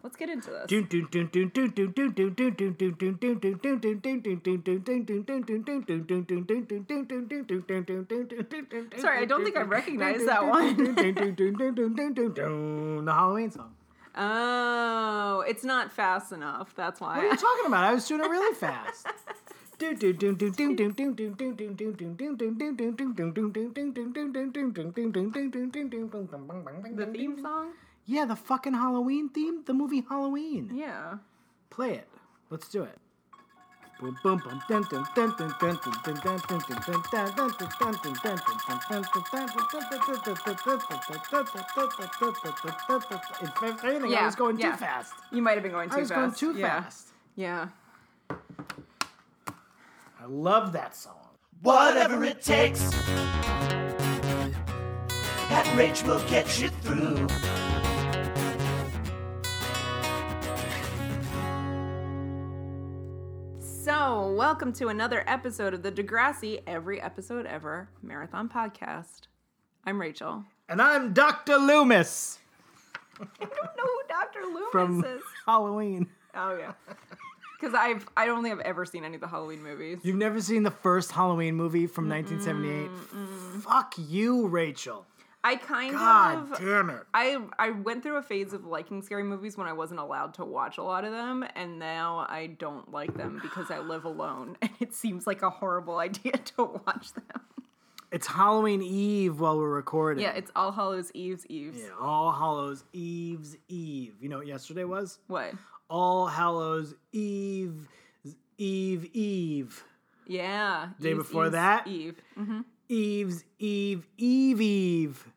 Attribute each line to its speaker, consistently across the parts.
Speaker 1: Let's get into this.
Speaker 2: Sorry,
Speaker 1: Sorry, I don't think I recognize that one.
Speaker 2: the Halloween song.
Speaker 1: Oh, it's not fast enough. That's why.
Speaker 2: What are you talking about? I was doing it really fast. The
Speaker 1: the theme song?
Speaker 2: Yeah, the fucking Halloween theme, the movie Halloween.
Speaker 1: Yeah.
Speaker 2: Play it. Let's do it. Boom, boom, boom. Dun, dun, dun, dun, dun, dun, dun, dun, dun, dun, dun, dun, dun, dun, dun, dun, dun, dun, dun, dun, dun, dun, dun. If anything, I
Speaker 1: Yeah,
Speaker 2: was going too
Speaker 1: yeah.
Speaker 2: fast.
Speaker 1: You might have been going too
Speaker 2: I was
Speaker 1: fast.
Speaker 2: going too
Speaker 1: yeah.
Speaker 2: fast.
Speaker 1: Yeah.
Speaker 2: I love that song.
Speaker 3: Whatever it takes, that rage will get you through.
Speaker 1: So, welcome to another episode of the Degrassi Every Episode Ever Marathon Podcast. I'm Rachel.
Speaker 2: And I'm Dr. Loomis
Speaker 1: I don't know who Dr. Loomis
Speaker 2: from
Speaker 1: is.
Speaker 2: Halloween.
Speaker 1: Oh yeah. Because I've I don't think I've ever seen any of the Halloween movies.
Speaker 2: You've never seen the first Halloween movie from 1978? Fuck you, Rachel.
Speaker 1: I kind
Speaker 2: God
Speaker 1: of
Speaker 2: damn it.
Speaker 1: I I went through a phase of liking scary movies when I wasn't allowed to watch a lot of them, and now I don't like them because I live alone, and it seems like a horrible idea to watch them.
Speaker 2: It's Halloween Eve while we're recording.
Speaker 1: Yeah, it's All Hallows Eve's Eve's.
Speaker 2: Yeah, All Hallows Eve's Eve. You know what yesterday was?
Speaker 1: What?
Speaker 2: All Hallows Eve, Eve, Eve.
Speaker 1: Yeah.
Speaker 2: Day
Speaker 1: Eve's
Speaker 2: before
Speaker 1: Eve's
Speaker 2: that?
Speaker 1: Eve. Mm-hmm.
Speaker 2: Eve's Eve, Eve, Eve.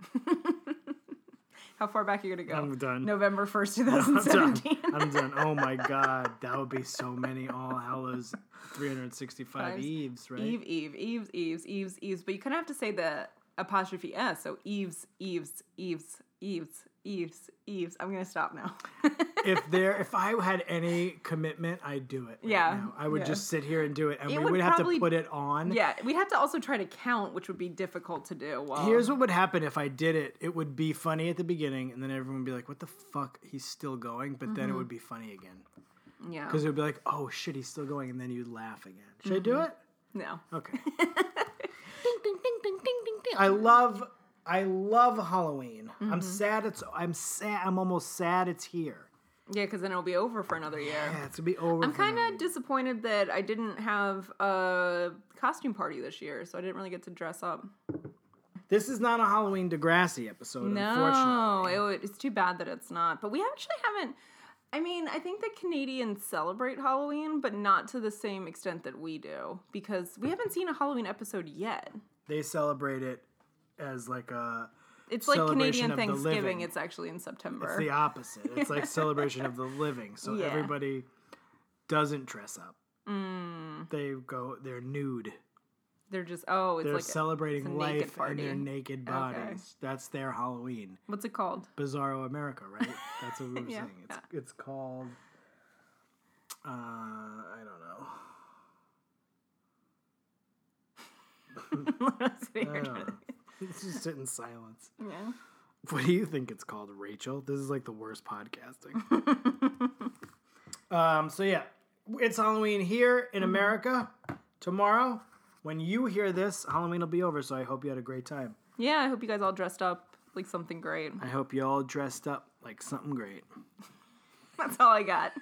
Speaker 1: How far back are you gonna go?
Speaker 2: I'm done.
Speaker 1: November first, two
Speaker 2: I'm
Speaker 1: thousand
Speaker 2: done.
Speaker 1: seventeen.
Speaker 2: I'm done. Oh my God. That would be so many All Hallows 365
Speaker 1: Times.
Speaker 2: Eves, right?
Speaker 1: Eve, Eve, Eves, Eves, Eves, Eves. But you kind of have to say the apostrophe S. So Eves, Eves, Eves, Eves, Eves, Eves. I'm gonna stop now.
Speaker 2: if there if I had any commitment, I'd do it. right
Speaker 1: Yeah,
Speaker 2: now. I would
Speaker 1: yeah.
Speaker 2: just sit here and do it, and
Speaker 1: It
Speaker 2: we would,
Speaker 1: would
Speaker 2: have
Speaker 1: probably-
Speaker 2: to put it on.
Speaker 1: yeah, we'd have to also try to count, which would be difficult to do. While,
Speaker 2: Here's what would happen if I did it. It would be funny at the beginning, and then everyone would be like, "What the fuck? He's still going." But then it would be funny again
Speaker 1: yeah,
Speaker 2: because it would be like, "Oh shit, he's still going," and then you'd laugh again. Should I do it?
Speaker 1: no,
Speaker 2: Okay. ding, ding, Mm-hmm. ding, ding, ding, ding, ding. Mm-hmm. I love, I love Halloween. I'm sad. It's I'm sad. I'm almost sad. It's here.
Speaker 1: yeah, because then it'll be over for another year.
Speaker 2: Yeah, it's gonna be over.
Speaker 1: I'm kind of disappointed that I didn't have a costume party this year, so I didn't really get to dress up.
Speaker 2: This is not a Halloween Degrassi episode, unfortunately.
Speaker 1: No, it, would- it's too bad that it's not. But we actually haven't. I mean, I think that Canadians celebrate Halloween, but not to the same extent that we do because we haven't seen a Halloween episode yet.
Speaker 2: they celebrate it as like a
Speaker 1: It's like
Speaker 2: Celebration
Speaker 1: Canadian
Speaker 2: of the living.
Speaker 1: Thanksgiving. It's actually in September.
Speaker 2: it's the opposite. It's like celebration of the living. So
Speaker 1: Yeah.
Speaker 2: everybody doesn't dress up. They go they're nude.
Speaker 1: Mm, They're just oh, it's
Speaker 2: They're
Speaker 1: like naked
Speaker 2: celebrating life and their
Speaker 1: party.
Speaker 2: naked bodies. That's their Halloween.
Speaker 1: what's it called?
Speaker 2: Bizarro America, right? That's what we were
Speaker 1: Yeah.
Speaker 2: saying. It's it's called uh I don't know. I don't know. Let's just sit in silence.
Speaker 1: yeah.
Speaker 2: What do you think it's called, Rachel? This is like the worst podcasting. um, so yeah, it's Halloween here in
Speaker 1: Mm-hmm.
Speaker 2: America. Tomorrow, when you hear this, Halloween will be over. So I hope you had a great time.
Speaker 1: Yeah, I hope you guys all dressed up like something great.
Speaker 2: I hope you all dressed up like something great.
Speaker 1: That's all I got.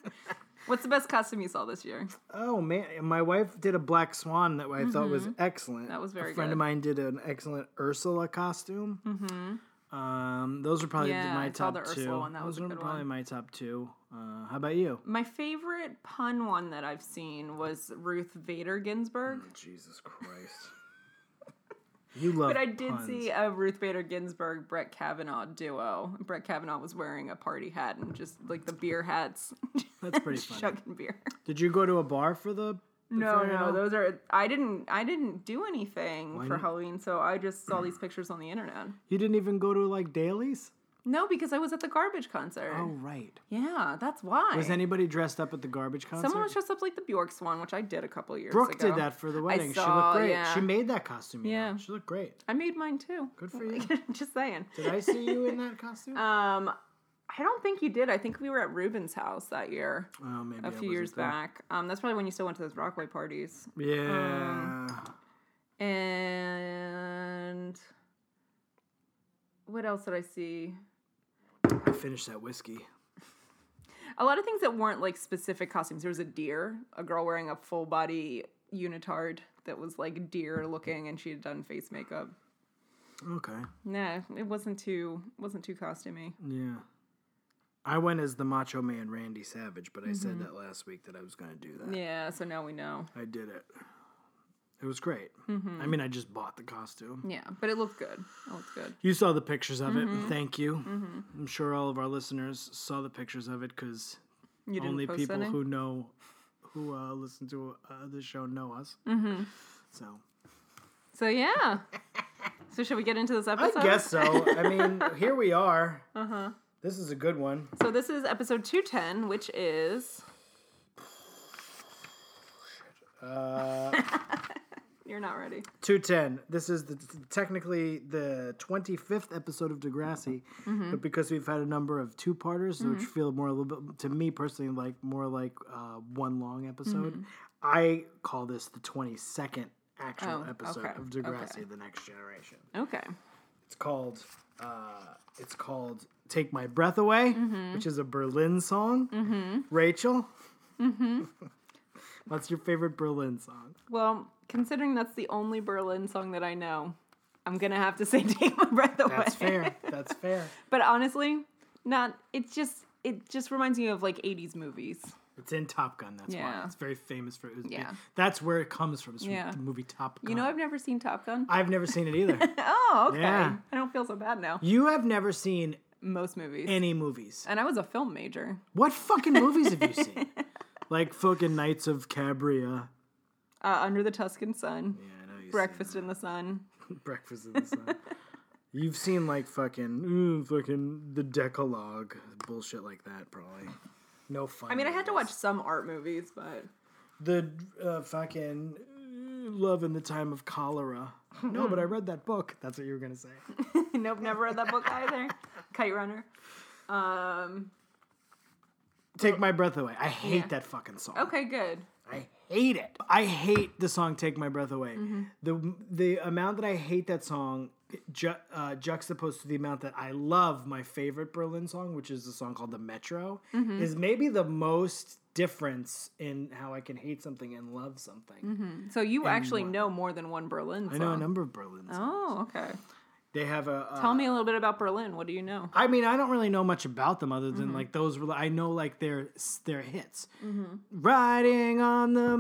Speaker 1: What's the best costume you saw this year?
Speaker 2: Oh man, my wife did a black swan that I thought was excellent.
Speaker 1: Mm-hmm. That was very
Speaker 2: A friend of
Speaker 1: good.
Speaker 2: mine did an excellent Ursula costume. Mm-hmm. Um, those are probably
Speaker 1: Yeah,
Speaker 2: my
Speaker 1: I
Speaker 2: top
Speaker 1: saw the
Speaker 2: two.
Speaker 1: Ursula one. That was
Speaker 2: those
Speaker 1: a
Speaker 2: are
Speaker 1: good one.
Speaker 2: probably my top two. Uh, how about you?
Speaker 1: My favorite pun one that I've seen was Ruth Vader Ginsburg.
Speaker 2: Jesus Christ. You love
Speaker 1: But I did
Speaker 2: puns.
Speaker 1: see a Ruth Bader Ginsburg Brett Kavanaugh duo. Brett Kavanaugh was wearing a party hat and just like the beer hats,
Speaker 2: That's pretty funny.
Speaker 1: chugging beer.
Speaker 2: Did you go to a bar for the?
Speaker 1: No,
Speaker 2: for
Speaker 1: no,
Speaker 2: Halloween?
Speaker 1: those are. I didn't. I didn't do anything for
Speaker 2: not?
Speaker 1: Halloween, so I just saw these pictures on the internet.
Speaker 2: You didn't even go to like dailies.
Speaker 1: No, because I was at the garbage concert.
Speaker 2: Oh right.
Speaker 1: Yeah, that's why.
Speaker 2: Was anybody dressed up at the garbage concert?
Speaker 1: Someone was dressed up like the Bjork Swan, which I did a couple years
Speaker 2: Brooke
Speaker 1: ago.
Speaker 2: did that for the wedding.
Speaker 1: saw,
Speaker 2: she looked great.
Speaker 1: yeah.
Speaker 2: She made that costume. you know.
Speaker 1: Yeah.
Speaker 2: She looked great.
Speaker 1: I made mine too.
Speaker 2: Good for you.
Speaker 1: just saying.
Speaker 2: Did I see you in that costume?
Speaker 1: Um, I don't think you did. I think we were at Ruben's house that year,
Speaker 2: Oh, maybe
Speaker 1: a
Speaker 2: I
Speaker 1: few
Speaker 2: wasn't
Speaker 1: years
Speaker 2: there.
Speaker 1: back. Um, that's probably when you still went to those Rockaway parties.
Speaker 2: Yeah.
Speaker 1: Um, And what else did I see?
Speaker 2: I finished that whiskey.
Speaker 1: A lot of things that weren't like specific costumes. There was a deer, a girl wearing a full body unitard that was like deer looking, and she had done face makeup.
Speaker 2: Okay.
Speaker 1: Nah, it wasn't too wasn't too costumey.
Speaker 2: Yeah. I went as the Macho Man Randy Savage, but I
Speaker 1: Mm-hmm.
Speaker 2: said that last week that I was going to do that.
Speaker 1: Yeah, so now we know.
Speaker 2: I did it. It was great.
Speaker 1: Mm-hmm.
Speaker 2: I mean, I just bought the costume.
Speaker 1: Yeah, but it looked good. It looked good.
Speaker 2: You saw the pictures of
Speaker 1: Mm-hmm.
Speaker 2: it. Thank you. I'm sure all of our listeners saw the pictures of it because
Speaker 1: You didn't
Speaker 2: only
Speaker 1: post
Speaker 2: people
Speaker 1: any?
Speaker 2: who know, who uh, listen to uh, this show know us.
Speaker 1: Mm-hmm.
Speaker 2: So
Speaker 1: So yeah. so Uh-huh. should we get into this
Speaker 2: I
Speaker 1: episode?
Speaker 2: guess so. I mean, here we are. Uh huh. This is a good one.
Speaker 1: So this is episode two ten, which is
Speaker 2: Uh,
Speaker 1: you're not ready.
Speaker 2: 210. This is the, technically the 25th episode of Degrassi,
Speaker 1: Mm-hmm.
Speaker 2: but because we've had a number of two parters, which feel more a little bit, to me personally, like more like uh, one long episode,
Speaker 1: Mm-hmm.
Speaker 2: I call this the 22nd actual
Speaker 1: Oh,
Speaker 2: episode
Speaker 1: okay,
Speaker 2: of Degrassi,
Speaker 1: okay.
Speaker 2: The Next Generation.
Speaker 1: Okay.
Speaker 2: It's called. Uh, it's called "Take My Breath Away,"
Speaker 1: Mm-hmm.
Speaker 2: which is a Berlin song. Rachel,
Speaker 1: Mm-hmm.
Speaker 2: what's your favorite Berlin song?
Speaker 1: Well, considering that's the only Berlin song that I know, I'm gonna have to say "Take My Breath Away."
Speaker 2: That's fair. That's fair.
Speaker 1: But honestly, not. It's just it just reminds me of like '80s movies.
Speaker 2: It's in Top Gun. That's why
Speaker 1: Yeah.
Speaker 2: it's very famous for. It was,
Speaker 1: Yeah.
Speaker 2: that's where it comes from. It's from
Speaker 1: Yeah.
Speaker 2: the movie Top Gun.
Speaker 1: You know, I've never seen Top Gun.
Speaker 2: I've never seen it either.
Speaker 1: Oh, okay.
Speaker 2: Yeah.
Speaker 1: I don't feel so bad now.
Speaker 2: you have never seen
Speaker 1: Most movies.
Speaker 2: any movies.
Speaker 1: and I was a film major.
Speaker 2: What fucking movies have you seen? like fucking Knights of Cabria.
Speaker 1: Uh, Under the Tuscan Sun,
Speaker 2: Yeah, I know you.
Speaker 1: Breakfast in the Sun.
Speaker 2: Breakfast in the Sun. You've seen like fucking, ooh, fucking the Decalogue, bullshit like that, probably. No fun.
Speaker 1: I mean, I had to watch some art movies, but
Speaker 2: the uh, fucking uh, Love in the Time of Cholera. No, but I read that book. That's what you were gonna say.
Speaker 1: nope, never read that book either. Kite Runner. Um,
Speaker 2: Take My Breath Away. I hate
Speaker 1: Yeah.
Speaker 2: that fucking song.
Speaker 1: okay, good.
Speaker 2: I hate it. I hate the song Take My Breath Away.
Speaker 1: Mm-hmm.
Speaker 2: The the amount that I hate that song ju- uh, juxtaposed to the amount that I love my favorite Berlin song, which is a song called The Metro,
Speaker 1: Mm-hmm.
Speaker 2: is maybe the most difference in how I can hate something and love something.
Speaker 1: So you actually know more than one Berlin Mm-hmm. song.
Speaker 2: I know a number of Berlin songs.
Speaker 1: Oh, okay.
Speaker 2: They have a. uh, a
Speaker 1: Tell me a little bit about Berlin. What do you know?
Speaker 2: I mean, I don't really know much about them other than
Speaker 1: Mm-hmm.
Speaker 2: like those were. I know like their their hits. Riding on the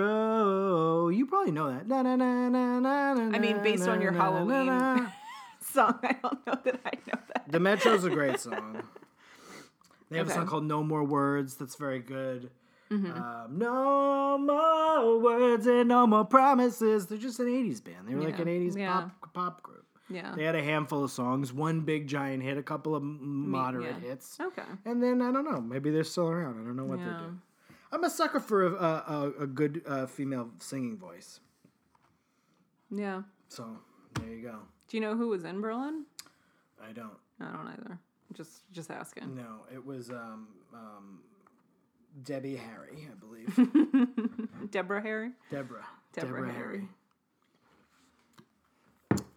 Speaker 2: metro, you probably know that. Na, na, na, na, na, na,
Speaker 1: I mean, based on your
Speaker 2: na, na, na,
Speaker 1: Halloween.
Speaker 2: na.
Speaker 1: Song. I don't know that I know that.
Speaker 2: the metro's a great song. They have a
Speaker 1: Okay. Mm-hmm.
Speaker 2: song called "No More Words" that's very good. Um, no more words and no more promises. They're just an '80s band. They were like
Speaker 1: Yeah.
Speaker 2: an '80s
Speaker 1: Yeah. Oh.
Speaker 2: pop pop group.
Speaker 1: Yeah.
Speaker 2: They had a handful of songs, one big giant hit, a couple of m- moderate
Speaker 1: yeah.
Speaker 2: hits.
Speaker 1: Okay.
Speaker 2: And then I don't know. Maybe they're still around. I don't know what they're
Speaker 1: Yeah.
Speaker 2: doing. I'm a sucker for a, a, a, a good uh, female singing voice.
Speaker 1: Yeah.
Speaker 2: So there you go.
Speaker 1: Do you know who was in Berlin?
Speaker 2: I don't
Speaker 1: I don't either. Just just asking.
Speaker 2: know. It was um, um, Debbie Harry, I believe.
Speaker 1: Deborah Harry.
Speaker 2: Deborah.
Speaker 1: Deborah Harry.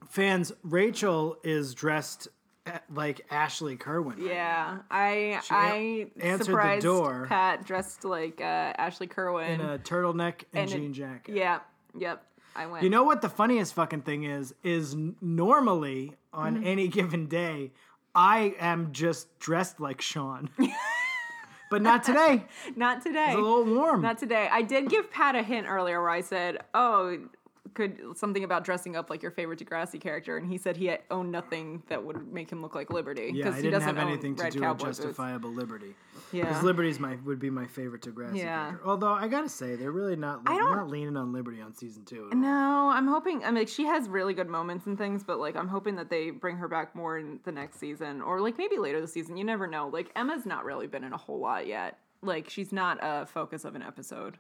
Speaker 2: Fans, Rachel is dressed a- like Ashley Kerwin. right
Speaker 1: Yeah, I I
Speaker 2: answered the
Speaker 1: surprised
Speaker 2: door.
Speaker 1: Pat dressed like uh, Ashley Kerwin.
Speaker 2: now, In a turtleneck and,
Speaker 1: And it-
Speaker 2: jean jacket.
Speaker 1: yeah. Yep. I went.
Speaker 2: You know what the funniest fucking thing is? Is n- normally on
Speaker 1: Mm-hmm.
Speaker 2: any given day, I am just dressed like Sean, but not today.
Speaker 1: not today.
Speaker 2: It's a little warm.
Speaker 1: Not today. I did give Pat a hint earlier where I said, "Oh, could something about dressing up like your favorite Degrassi character?" And he said he had owned nothing that would make him look like Liberty
Speaker 2: yeah, I
Speaker 1: he
Speaker 2: didn't
Speaker 1: doesn't
Speaker 2: have
Speaker 1: own
Speaker 2: anything to
Speaker 1: red
Speaker 2: do with
Speaker 1: cowboy
Speaker 2: justifiable liberty.
Speaker 1: boots. Yeah,
Speaker 2: Because liberty's my would be my favorite Degrassi
Speaker 1: Yeah.
Speaker 2: character. Although I gotta say, they're really not
Speaker 1: I don't-
Speaker 2: not leaning on liberty on season two. At all.
Speaker 1: No, I'm hoping. I mean, like, she has really good moments and things, but like, I'm hoping that they bring her back more in the next season, or like maybe later this season. You never know. Like Emma's not really been in a whole lot yet. Like she's not a focus of an episode.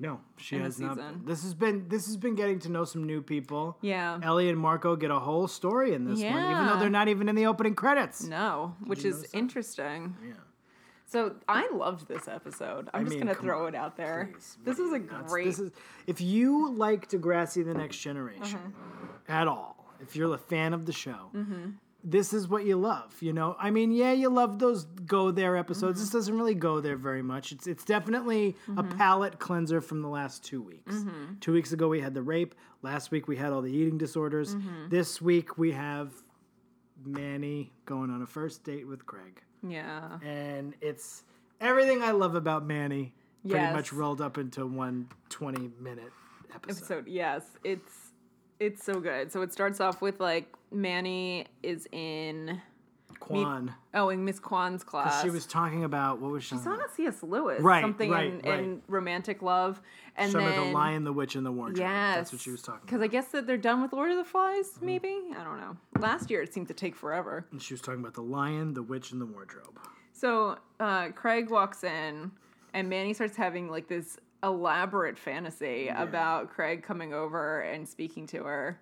Speaker 2: No, she
Speaker 1: In the
Speaker 2: has not.
Speaker 1: season.
Speaker 2: This has been this has been getting to know some new people.
Speaker 1: Yeah.
Speaker 2: Ellie and Marco get a whole story in this one, even though
Speaker 1: Yeah.
Speaker 2: they're not even in the opening credits.
Speaker 1: No, which is interesting. Yeah. So I loved this episode. I'm just
Speaker 2: mean,
Speaker 1: gonna
Speaker 2: come
Speaker 1: throw it out there.
Speaker 2: Please,
Speaker 1: this is a
Speaker 2: That's-
Speaker 1: great.
Speaker 2: This is, if you like Degrassi: The Next Generation at all, if you're a fan of the show, this is what you love. You know, I mean, yeah, you love those go there episodes. This doesn't really go there very much. It's it's definitely a palate cleanser from the last two weeks. Two weeks ago we had the rape. Last week we had all the eating disorders. This week we have Manny going on a first date with Craig
Speaker 1: yeah.
Speaker 2: and it's everything I love about Manny pretty
Speaker 1: Yes.
Speaker 2: much rolled up into one 20 minute episode.
Speaker 1: episode. Yes, it's it's so good. So it starts off with like Manny is in
Speaker 2: Quan.
Speaker 1: oh in Miss Kwan's class.
Speaker 2: She was talking about what was she?
Speaker 1: It's not a C.S. Lewis,
Speaker 2: Right,
Speaker 1: Something
Speaker 2: right,
Speaker 1: in,
Speaker 2: right.
Speaker 1: in romantic love, and
Speaker 2: Some of
Speaker 1: then
Speaker 2: the Lion, the Witch, and the Wardrobe.
Speaker 1: Yes,
Speaker 2: That's what she was talking
Speaker 1: Because
Speaker 2: about. Mm-hmm.
Speaker 1: I guess that they're done with Lord of the Flies. Maybe I don't know. Last year it seemed to take forever.
Speaker 2: And she was talking about the Lion, the Witch, and the Wardrobe.
Speaker 1: So uh, Craig walks in, and Manny starts having like this elaborate fantasy about Craig coming over and speaking to her,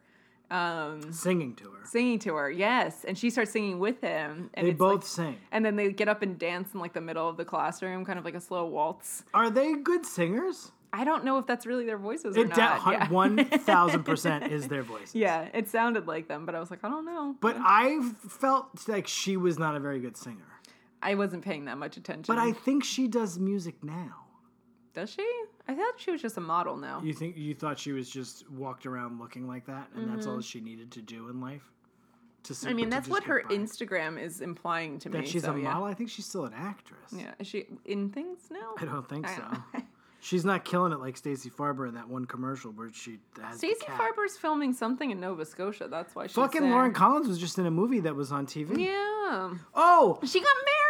Speaker 1: um, Mm.
Speaker 2: Singing to her.
Speaker 1: singing to her. Yes, and she starts singing with him. And
Speaker 2: They
Speaker 1: it's,
Speaker 2: both
Speaker 1: like,
Speaker 2: sing.
Speaker 1: and then they get up and dance in like the middle of the classroom, kind of like a slow waltz.
Speaker 2: Are they good singers?
Speaker 1: I don't know if that's really their voices or
Speaker 2: It
Speaker 1: not.
Speaker 2: de-
Speaker 1: yeah.
Speaker 2: one thousand percent is their voice.
Speaker 1: Yeah, it sounded like them, but I was like, I don't know.
Speaker 2: But I felt like she was not a very good singer.
Speaker 1: I wasn't paying that much attention.
Speaker 2: But I think she does music now.
Speaker 1: does she? I thought she was just a model now.
Speaker 2: You think you thought she was just walked around looking like that, and that's all she needed to do in life? To
Speaker 1: Mm-hmm. I mean, that's what her
Speaker 2: instinct
Speaker 1: Instagram is implying to me.
Speaker 2: that she's
Speaker 1: so,
Speaker 2: a
Speaker 1: yeah.
Speaker 2: model. I think she's still an actress.
Speaker 1: Yeah, is she in things now?
Speaker 2: I don't think
Speaker 1: I
Speaker 2: so.
Speaker 1: don't-
Speaker 2: she's not killing it like Stacey Farber in that one commercial where she has the
Speaker 1: Stacey
Speaker 2: cat.
Speaker 1: Farber's filming something in Nova Scotia. That's why she's
Speaker 2: Fucking
Speaker 1: there.
Speaker 2: Lauren Collins was just in a movie that was on TV.
Speaker 1: Yeah,
Speaker 2: Oh,
Speaker 1: she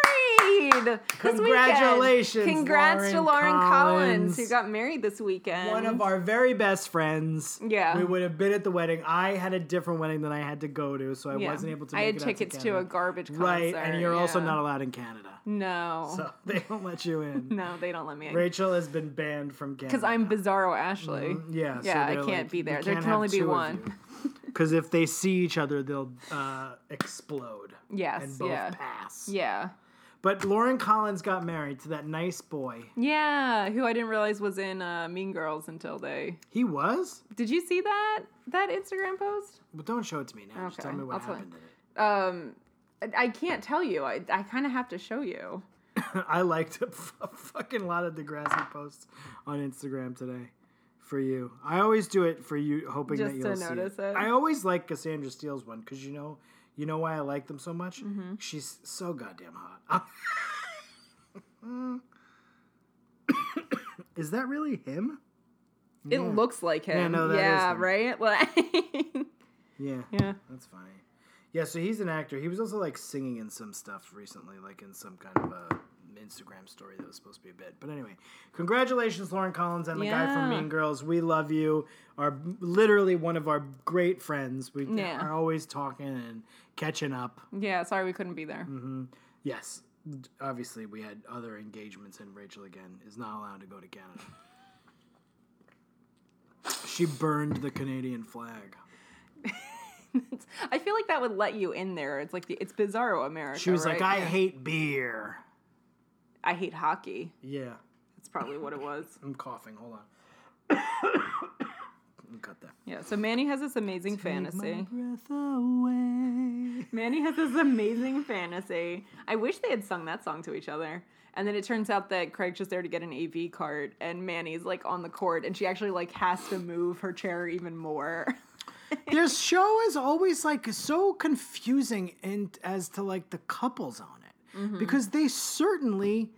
Speaker 1: got married. this weekend.
Speaker 2: Congratulations,
Speaker 1: Congrats to
Speaker 2: Lauren
Speaker 1: Lauren
Speaker 2: Collins.
Speaker 1: Collins. who got married this weekend.
Speaker 2: one of our very best friends.
Speaker 1: Yeah.
Speaker 2: we would have been at the wedding. I had a different wedding than I had to go to, so I
Speaker 1: Yeah.
Speaker 2: wasn't able to.
Speaker 1: I
Speaker 2: make
Speaker 1: had
Speaker 2: it out
Speaker 1: tickets
Speaker 2: to,
Speaker 1: to a
Speaker 2: Canada.
Speaker 1: garbage concert.
Speaker 2: right, and you're also
Speaker 1: yeah.
Speaker 2: not allowed in Canada,
Speaker 1: No,
Speaker 2: so they don't let you in.
Speaker 1: no, they don't let me in.
Speaker 2: Rachel has been banned from Canada.
Speaker 1: Because I'm Bizarro Ashley.
Speaker 2: Mm, yeah,
Speaker 1: Yeah, I can't be there. There can only be one.
Speaker 2: Because if they see each other, they'll uh, explode.
Speaker 1: Yes,
Speaker 2: and both
Speaker 1: yeah.
Speaker 2: pass.
Speaker 1: Yeah.
Speaker 2: But Lauren Collins got married to that nice boy.
Speaker 1: Yeah, who I didn't realize was in uh, Mean Girls until they.
Speaker 2: He was,
Speaker 1: Did you see that that Instagram post?
Speaker 2: but don't show it to me now. Just
Speaker 1: Okay,
Speaker 2: tell me what
Speaker 1: I'll tell
Speaker 2: happened in
Speaker 1: Um, I- I can't tell you. I I kind of have to show you.
Speaker 2: it. I liked a f- a fucking lot of Degrassi posts on Instagram today. For you, I always do it for you, hoping
Speaker 1: Just
Speaker 2: that
Speaker 1: to
Speaker 2: you'll see
Speaker 1: notice
Speaker 2: it.
Speaker 1: it.
Speaker 2: I always like Cassandra Steele's one because you know, you know why I like them so much.
Speaker 1: Mm-hmm.
Speaker 2: She's so goddamn hot. Is that really him?
Speaker 1: It looks like him. Yeah,
Speaker 2: no, that is him.
Speaker 1: right. Like,
Speaker 2: Yeah.
Speaker 1: yeah.
Speaker 2: That's funny. Yeah, so he's an actor. He was also like singing in some stuff recently, like in some kind of a Instagram story that was supposed to be a bit. But anyway, congratulations, Lauren Collins and the guy from
Speaker 1: Yeah.
Speaker 2: Mean Girls. We love you. Are literally one of our great friends. We
Speaker 1: Yeah.
Speaker 2: are always talking and catching up.
Speaker 1: Yeah. Sorry, we couldn't be there.
Speaker 2: Mm-hmm. Yes, obviously we had other engagements, and Rachel again is not allowed to go to Canada. she burned the Canadian flag.
Speaker 1: I feel like that would let you in there. It's like the, it's Bizarro America.
Speaker 2: She was
Speaker 1: right?
Speaker 2: like, "I
Speaker 1: Yeah.
Speaker 2: hate beer."
Speaker 1: I hate hockey.
Speaker 2: Yeah.
Speaker 1: That's probably what it was.
Speaker 2: I'm coughing. Hold on. I'll Cut that.
Speaker 1: Yeah. So Manny has this amazing fantasy.
Speaker 2: breath away.
Speaker 1: Manny has this amazing fantasy. I wish they had sung that song to each other. And then it turns out that Craig's just there to get an AV cart, and Manny's like on the court, and she actually like has to move her chair even more.
Speaker 2: Their show is always like so confusing and as to like the couples on it
Speaker 1: Mm-hmm.
Speaker 2: because they certainly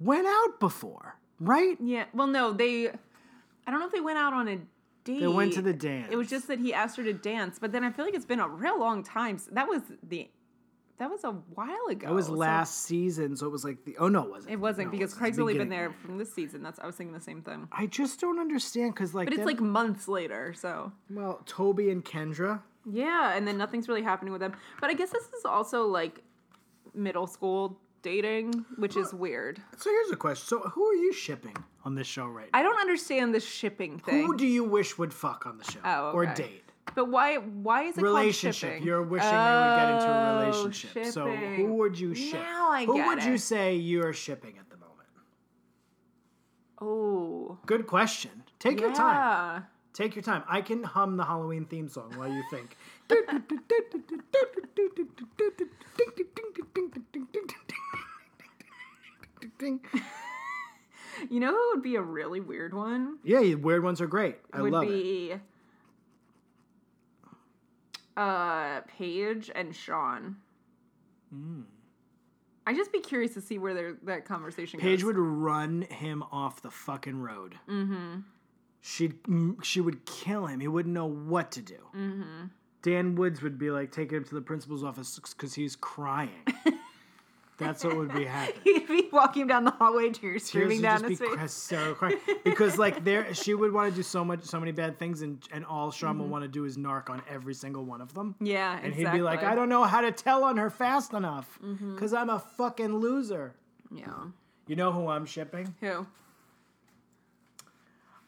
Speaker 2: went out before, right?
Speaker 1: Yeah. Well, no, they. I don't know if they went out on a date.
Speaker 2: They went to the dance.
Speaker 1: It was just that he asked her to dance, but then I feel like it's been a real long time. So that was the. That was a while ago.
Speaker 2: It was
Speaker 1: Oh, so
Speaker 2: last season, so it was like the oh no, it wasn't.
Speaker 1: It wasn't
Speaker 2: No,
Speaker 1: because
Speaker 2: was the
Speaker 1: Craig's only been there
Speaker 2: beginning.
Speaker 1: from this season. That's I was thinking the same thing.
Speaker 2: I just don't understand because like,
Speaker 1: But it's
Speaker 2: them-
Speaker 1: like months later, so
Speaker 2: well, Toby and Kendra.
Speaker 1: Yeah, and then nothing's really happening with them. But I guess this is also like middle school dating, which is weird.
Speaker 2: So here's a question: So who are you shipping on this show right now.
Speaker 1: I don't understand this shipping thing.
Speaker 2: Who do you wish would fuck on the show
Speaker 1: Oh,
Speaker 2: or
Speaker 1: okay.
Speaker 2: date?
Speaker 1: but why? Why is it Called
Speaker 2: Relationship.
Speaker 1: shipping?
Speaker 2: You're wishing they would get
Speaker 1: Oh,
Speaker 2: into a relationship. So
Speaker 1: shipping.
Speaker 2: who would you ship?
Speaker 1: Now I
Speaker 2: who
Speaker 1: get
Speaker 2: would you
Speaker 1: it.
Speaker 2: say you're shipping at the moment?
Speaker 1: oh,
Speaker 2: Good question. Take your time.
Speaker 1: yeah.
Speaker 2: Take your time. I can hum the Halloween theme song while you think.
Speaker 1: You know, what would be a really weird one.
Speaker 2: yeah, you- weird ones are great. I
Speaker 1: would
Speaker 2: love it.
Speaker 1: be uh Paige and Sean.
Speaker 2: Hmm.
Speaker 1: I'd just be curious to see where their that conversation
Speaker 2: Paige
Speaker 1: goes.
Speaker 2: would run him off the fucking road. Mm-hmm. She'd mm, she would kill him. He wouldn't know what to do. Mm-hmm. Dan Woods would be like taking him to the principal's office because he's crying. That's what would be happening.
Speaker 1: He'd be walking down the hallway, tears streaming
Speaker 2: Tears
Speaker 1: down
Speaker 2: would
Speaker 1: his
Speaker 2: just be
Speaker 1: face.
Speaker 2: cr- so crying because like there she would want to do so much so many bad things and and all Sean would want to do is narc on every single one of them.
Speaker 1: Yeah,
Speaker 2: And
Speaker 1: exactly.
Speaker 2: he'd be like, I don't know how to tell on her fast enough because I'm a fucking loser.
Speaker 1: Yeah.
Speaker 2: You know who I'm shipping?
Speaker 1: Who?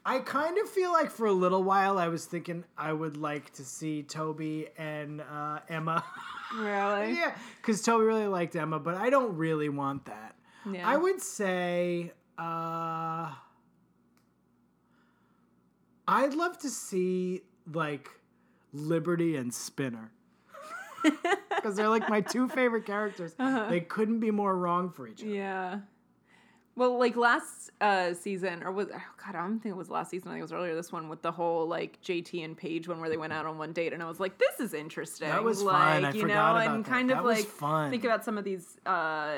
Speaker 2: I kind of feel like for a little while I was thinking I would like to see Toby and uh, Emma.
Speaker 1: Really?
Speaker 2: yeah, because Toby really liked Emma, but I don't really want that.
Speaker 1: Yeah.
Speaker 2: I would say uh, I'd love to see like Liberty and Spinner. Because they're like my two favorite characters.
Speaker 1: Uh-huh.
Speaker 2: They couldn't be more wrong for each other.
Speaker 1: Yeah. Well, like last uh, season, or was oh god, I don't think it was last season. I think it was earlier this one with the whole like JT and Paige one where they went out on one date, and I was like, this is interesting.
Speaker 2: That was
Speaker 1: like,
Speaker 2: fun. I
Speaker 1: you
Speaker 2: forgot
Speaker 1: know,
Speaker 2: about
Speaker 1: and
Speaker 2: that.
Speaker 1: kind
Speaker 2: That
Speaker 1: of
Speaker 2: was
Speaker 1: like
Speaker 2: fun.
Speaker 1: think about some of these uh,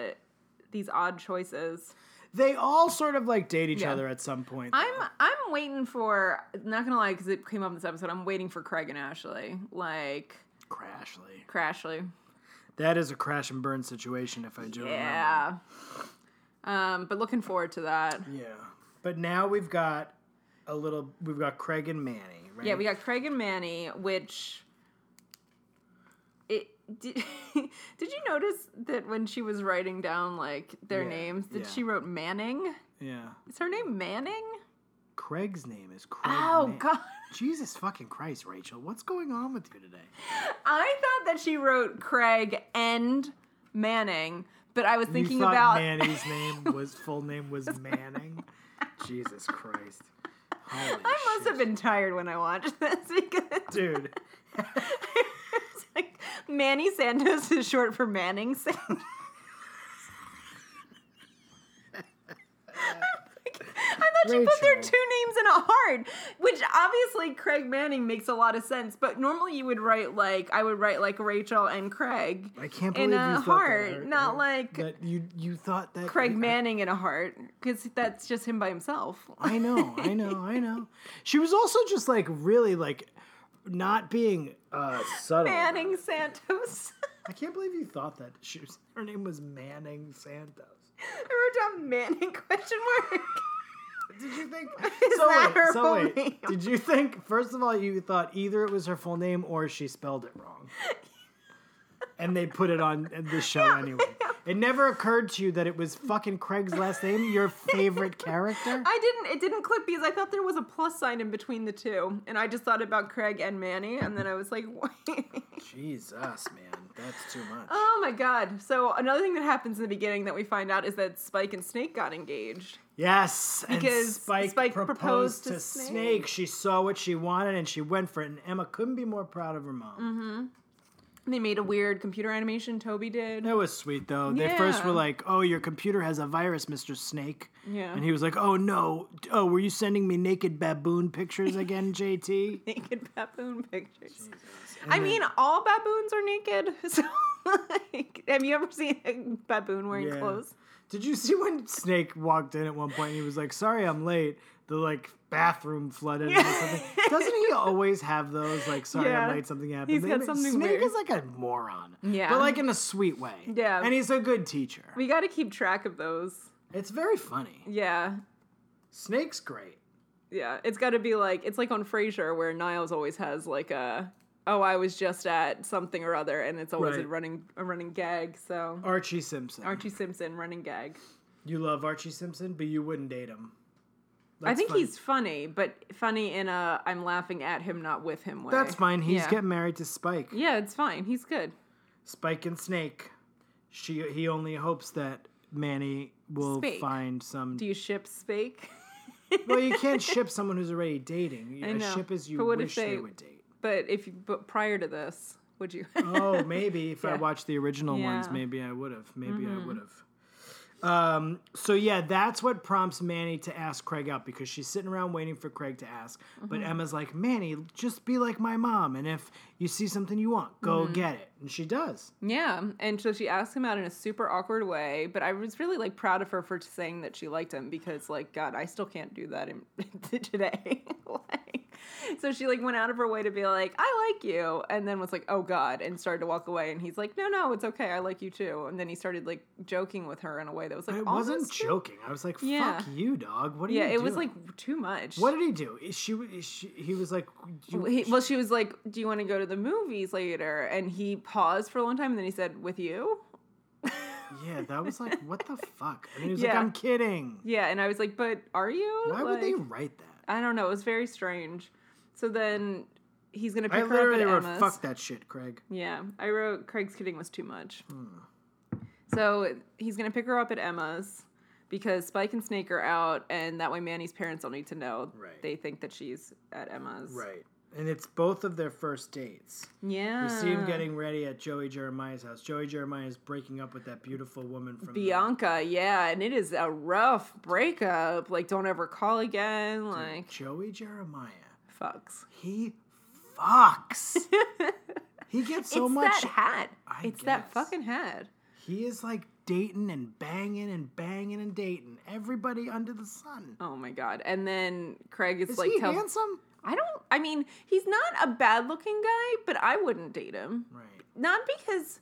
Speaker 1: these odd choices.
Speaker 2: They all sort of like date each
Speaker 1: Yeah.
Speaker 2: other at some point.
Speaker 1: I'm I'm waiting for not gonna lie because it came up in this episode. I'm waiting for Craig and Ashley, like
Speaker 2: Crashly.
Speaker 1: Crashly.
Speaker 2: That is a crash and burn situation if I do remember.
Speaker 1: Yeah. Um, but looking forward to that.
Speaker 2: Yeah. But now we've got a little we've got Craig and Manny, right?
Speaker 1: Yeah, we got Craig and Manny, which it did, did you notice that when she was writing down like their
Speaker 2: Yeah,
Speaker 1: names that
Speaker 2: yeah.
Speaker 1: she wrote Manning?
Speaker 2: Yeah.
Speaker 1: Is her name Manning?
Speaker 2: Craig's name is Craig.
Speaker 1: Oh
Speaker 2: Man-
Speaker 1: god.
Speaker 2: Jesus fucking Christ, Rachel. What's going on with you today?
Speaker 1: I thought that she wrote Craig and Manning, but I was thinking
Speaker 2: you thought
Speaker 1: about
Speaker 2: Manny's name was full name was Manning. Jesus Christ. Holy
Speaker 1: I must
Speaker 2: shit.
Speaker 1: have been tired when I watched this because
Speaker 2: Dude,
Speaker 1: it's like Manny Santos is short for Manning Santos. I thought you put their
Speaker 2: Rachel.
Speaker 1: two names in a heart, which obviously Craig Manning makes a lot of sense. But normally you would write like I would write like Rachel and Craig
Speaker 2: I can't believe
Speaker 1: in a
Speaker 2: you thought
Speaker 1: heart,
Speaker 2: that.
Speaker 1: not like
Speaker 2: that you you thought that
Speaker 1: Craig
Speaker 2: I-
Speaker 1: Manning in a heart, because that's just him by himself.
Speaker 2: I know, I know, I know. She was also just like really like not being uh subtle. about
Speaker 1: Manning
Speaker 2: it.
Speaker 1: Santos.
Speaker 2: I can't believe you thought that she was, her name was Manning Santos.
Speaker 1: I wrote down Manning question mark.
Speaker 2: Did you think
Speaker 1: Is that her full name?
Speaker 2: Did you think first of all you thought either it was her full name or she spelled it wrong? And they put it on this show anyway. It never occurred to you that it was fucking Craig's last name, your favorite character?
Speaker 1: I didn't. It didn't click because I thought there was a plus sign in between the two, and I just thought about Craig and Manny, and then I was like, wait.
Speaker 2: Jesus, man. That's too much.
Speaker 1: oh my god! So another thing that happens in the beginning that we find out is that Spike and Snake got engaged.
Speaker 2: Yes, and
Speaker 1: Because
Speaker 2: Spike,
Speaker 1: Spike
Speaker 2: proposed,
Speaker 1: proposed
Speaker 2: to,
Speaker 1: to
Speaker 2: Snake.
Speaker 1: Snake.
Speaker 2: She saw what she wanted and she went for it. And Emma couldn't be more proud of her
Speaker 1: Mm-hmm.
Speaker 2: mom.
Speaker 1: They made a weird computer animation. Toby did.
Speaker 2: That was sweet though. They first
Speaker 1: Yeah.
Speaker 2: were like, "Oh, your computer has a virus, Mister Snake."
Speaker 1: Yeah.
Speaker 2: And he was like, "Oh no! Oh, were you sending me naked baboon pictures again, JT?"
Speaker 1: Naked baboon pictures. I mean, all baboons are naked. So, like, have you ever seen a baboon wearing
Speaker 2: Yeah.
Speaker 1: clothes?
Speaker 2: Did you see when Snake walked in at one point and he was like, "Sorry, I'm late." The like bathroom flooded or something. Doesn't he always have those like, "Sorry,
Speaker 1: Yeah.
Speaker 2: I'm late. Something happened."
Speaker 1: He's got
Speaker 2: They-
Speaker 1: something
Speaker 2: Snake
Speaker 1: weird.
Speaker 2: is like a moron.
Speaker 1: Yeah.
Speaker 2: But like in a sweet way.
Speaker 1: Yeah.
Speaker 2: And he's a good teacher.
Speaker 1: We got to keep track of those.
Speaker 2: It's very funny.
Speaker 1: Yeah,
Speaker 2: Snake's great.
Speaker 1: Yeah, it's got to be like it's like on Frasier where Niles always has like a oh I was just at something or other, and it's always
Speaker 2: Right.
Speaker 1: a running a running gag. So
Speaker 2: Archie Simpson.
Speaker 1: Archie Simpson running gag.
Speaker 2: You love Archie Simpson, but you wouldn't date him.
Speaker 1: I
Speaker 2: That's
Speaker 1: think
Speaker 2: fine.
Speaker 1: he's funny, but funny in a I'm laughing at him, not with him way.
Speaker 2: That's fine. He's
Speaker 1: yeah.
Speaker 2: getting married to Spike.
Speaker 1: Yeah, it's fine. He's good.
Speaker 2: Spike and Snake. She he only hopes that Manny will
Speaker 1: Spake.
Speaker 2: find some.
Speaker 1: Do you ship Spake?
Speaker 2: well, you can't ship someone who's already dating.
Speaker 1: I
Speaker 2: A
Speaker 1: know.
Speaker 2: ship is you
Speaker 1: But what if
Speaker 2: wish they...
Speaker 1: they-
Speaker 2: would date.
Speaker 1: but if you, but prior to this, would you?
Speaker 2: Oh, maybe if I
Speaker 1: Yeah.
Speaker 2: watched the original
Speaker 1: Yeah.
Speaker 2: ones,
Speaker 1: Mm-hmm.
Speaker 2: maybe I would have. Maybe I would have. Um, so yeah, that's what prompts Manny to ask Craig out because she's sitting around waiting for Craig to ask.
Speaker 1: Mm-hmm.
Speaker 2: But Emma's like, Manny, just be like my mom, and if you see something you want, go
Speaker 1: Mm-hmm.
Speaker 2: get it. And she does.
Speaker 1: yeah, and so she asked him out in a super awkward way. But I was really like proud of her for saying that she liked him because like God, I still can't do that in, today. like, so she like went out of her way to be like, I like you, and then was like, Oh God, and started to walk away. And he's like, No, no, it's okay, I like you too. And then he started like joking with her in a way that was like,
Speaker 2: But it wasn't
Speaker 1: almost-
Speaker 2: joking. I was like, "Fuck
Speaker 1: Yeah.
Speaker 2: you, dog." What are
Speaker 1: Yeah,
Speaker 2: you?
Speaker 1: it was
Speaker 2: doing?
Speaker 1: like too much.
Speaker 2: What did he do? Is She, is she he was like, you,
Speaker 1: He, well, she was like, "Do you want to go to the movies later?" And he paused for a long time, and then he said, "With you."
Speaker 2: yeah, that was like, what the fuck? And he was like,
Speaker 1: Yeah.
Speaker 2: I'm kidding.
Speaker 1: Yeah, and I was like, "But are you?"
Speaker 2: Why would they
Speaker 1: Like,
Speaker 2: write that?
Speaker 1: I don't know. It was very strange. So then he's gonna pick her
Speaker 2: I
Speaker 1: up at
Speaker 2: literally wrote,
Speaker 1: Emma's.
Speaker 2: "Fuck that shit, Craig."
Speaker 1: Yeah, I wrote Craig's kidding was too much.
Speaker 2: Hmm.
Speaker 1: So he's gonna pick her up at Emma's because Spike and Snake are out, and that way Manny's parents don't need to know.
Speaker 2: Right.
Speaker 1: They think that she's at Emma's.
Speaker 2: Right, and it's both of their first dates.
Speaker 1: Yeah.
Speaker 2: We see him getting ready at Joey Jeremiah's house. Joey Jeremiah is breaking up with that beautiful woman from the-
Speaker 1: Bianca, yeah, and it is a rough breakup. Like, don't ever call again. Like,
Speaker 2: Joey Jeremiah.
Speaker 1: fucks.
Speaker 2: He fucks. he gets so
Speaker 1: it's
Speaker 2: much.
Speaker 1: that hat.
Speaker 2: I
Speaker 1: it's that
Speaker 2: guess.
Speaker 1: fucking hat.
Speaker 2: He is like dating and banging and banging and dating everybody under the sun.
Speaker 1: Oh my god. And then Craig is,
Speaker 2: Is
Speaker 1: like,
Speaker 2: he
Speaker 1: tell-
Speaker 2: handsome?
Speaker 1: I don't. I mean, he's not a bad looking guy, but I wouldn't date him.
Speaker 2: Right.
Speaker 1: Not because.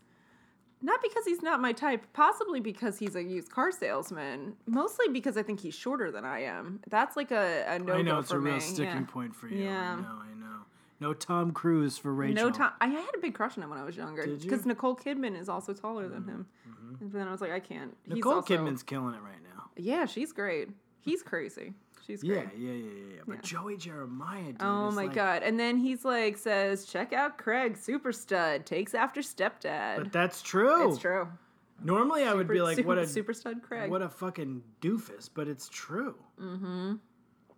Speaker 1: Not because he's not my type, possibly because he's a used car salesman. Mostly because I think he's shorter than I am. That's like a, a no
Speaker 2: I
Speaker 1: go
Speaker 2: know it's
Speaker 1: for
Speaker 2: a
Speaker 1: me.
Speaker 2: real sticking
Speaker 1: yeah.
Speaker 2: point for you.
Speaker 1: Yeah.
Speaker 2: I know, I know. No Tom Cruise for Rachel.
Speaker 1: No time. I had a big crush on him when I was younger.
Speaker 2: Did you? Mm-hmm.
Speaker 1: Because Nicole Kidman is also taller than him. And then I was like, I can't. He's
Speaker 2: Nicole
Speaker 1: also-
Speaker 2: Kidman's killing it right now.
Speaker 1: Yeah, she's great. He's crazy. She's
Speaker 2: Yeah,
Speaker 1: great.
Speaker 2: yeah, yeah, yeah. yeah. But Joey Jeremiah, dude.
Speaker 1: Oh
Speaker 2: is
Speaker 1: my
Speaker 2: like-
Speaker 1: god! And then he's like, says, "Check out Craig, super stud, takes after
Speaker 2: But
Speaker 1: stepdad."
Speaker 2: that's true.
Speaker 1: it's true.
Speaker 2: Normally, I would be like,
Speaker 1: super,
Speaker 2: what a
Speaker 1: super stud Craig.
Speaker 2: what a fucking doofus, but it's true. Mm-hmm.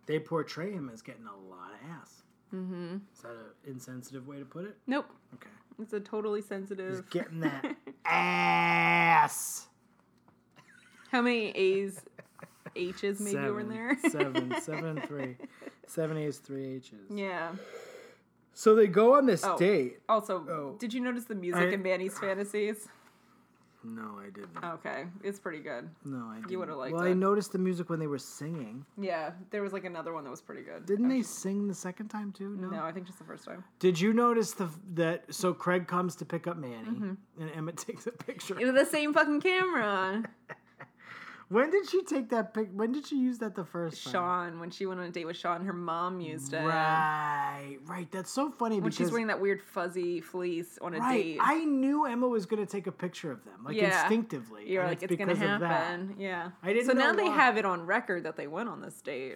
Speaker 2: They portray him as getting a lot of ass. Mm-hmm. Is that an insensitive way to put it?
Speaker 1: nope,
Speaker 2: Okay.
Speaker 1: it's a totally sensitive.
Speaker 2: He's getting that ass.
Speaker 1: How many A's, H's maybe
Speaker 2: seven,
Speaker 1: were in there?
Speaker 2: seven, seven, and three. Seven A's, three H's.
Speaker 1: yeah.
Speaker 2: So they go on this
Speaker 1: Oh.
Speaker 2: date.
Speaker 1: Also,
Speaker 2: Oh.
Speaker 1: did you notice the music
Speaker 2: I-
Speaker 1: in Manny's fantasies?
Speaker 2: No, I didn't.
Speaker 1: Okay, it's pretty good.
Speaker 2: No, I didn't.
Speaker 1: Uh, would've liked
Speaker 2: Well, I
Speaker 1: it.
Speaker 2: noticed the music when they were singing.
Speaker 1: Yeah, there was like another one that was pretty good.
Speaker 2: Didn't they sing the second time too?
Speaker 1: No, I think just the first time.
Speaker 2: Did you notice the that so Craig comes to pick up Manny
Speaker 1: Mm-hmm.
Speaker 2: and Emma takes a picture.
Speaker 1: It was the same fucking camera.
Speaker 2: When did she take that pic? When did she use that the first time?
Speaker 1: Sean, when she went on a date with Sean, her mom used it.
Speaker 2: Right, right. That's so funny
Speaker 1: When
Speaker 2: because
Speaker 1: she's wearing that weird fuzzy fleece on a
Speaker 2: right,
Speaker 1: date.
Speaker 2: I knew Emma was going to take a picture of them, like
Speaker 1: Yeah.
Speaker 2: instinctively.
Speaker 1: You're
Speaker 2: and
Speaker 1: like, it's gonna
Speaker 2: because of that.
Speaker 1: happen. Yeah.
Speaker 2: I didn't
Speaker 1: so now
Speaker 2: know
Speaker 1: they
Speaker 2: why.
Speaker 1: have it on record that they went on this date.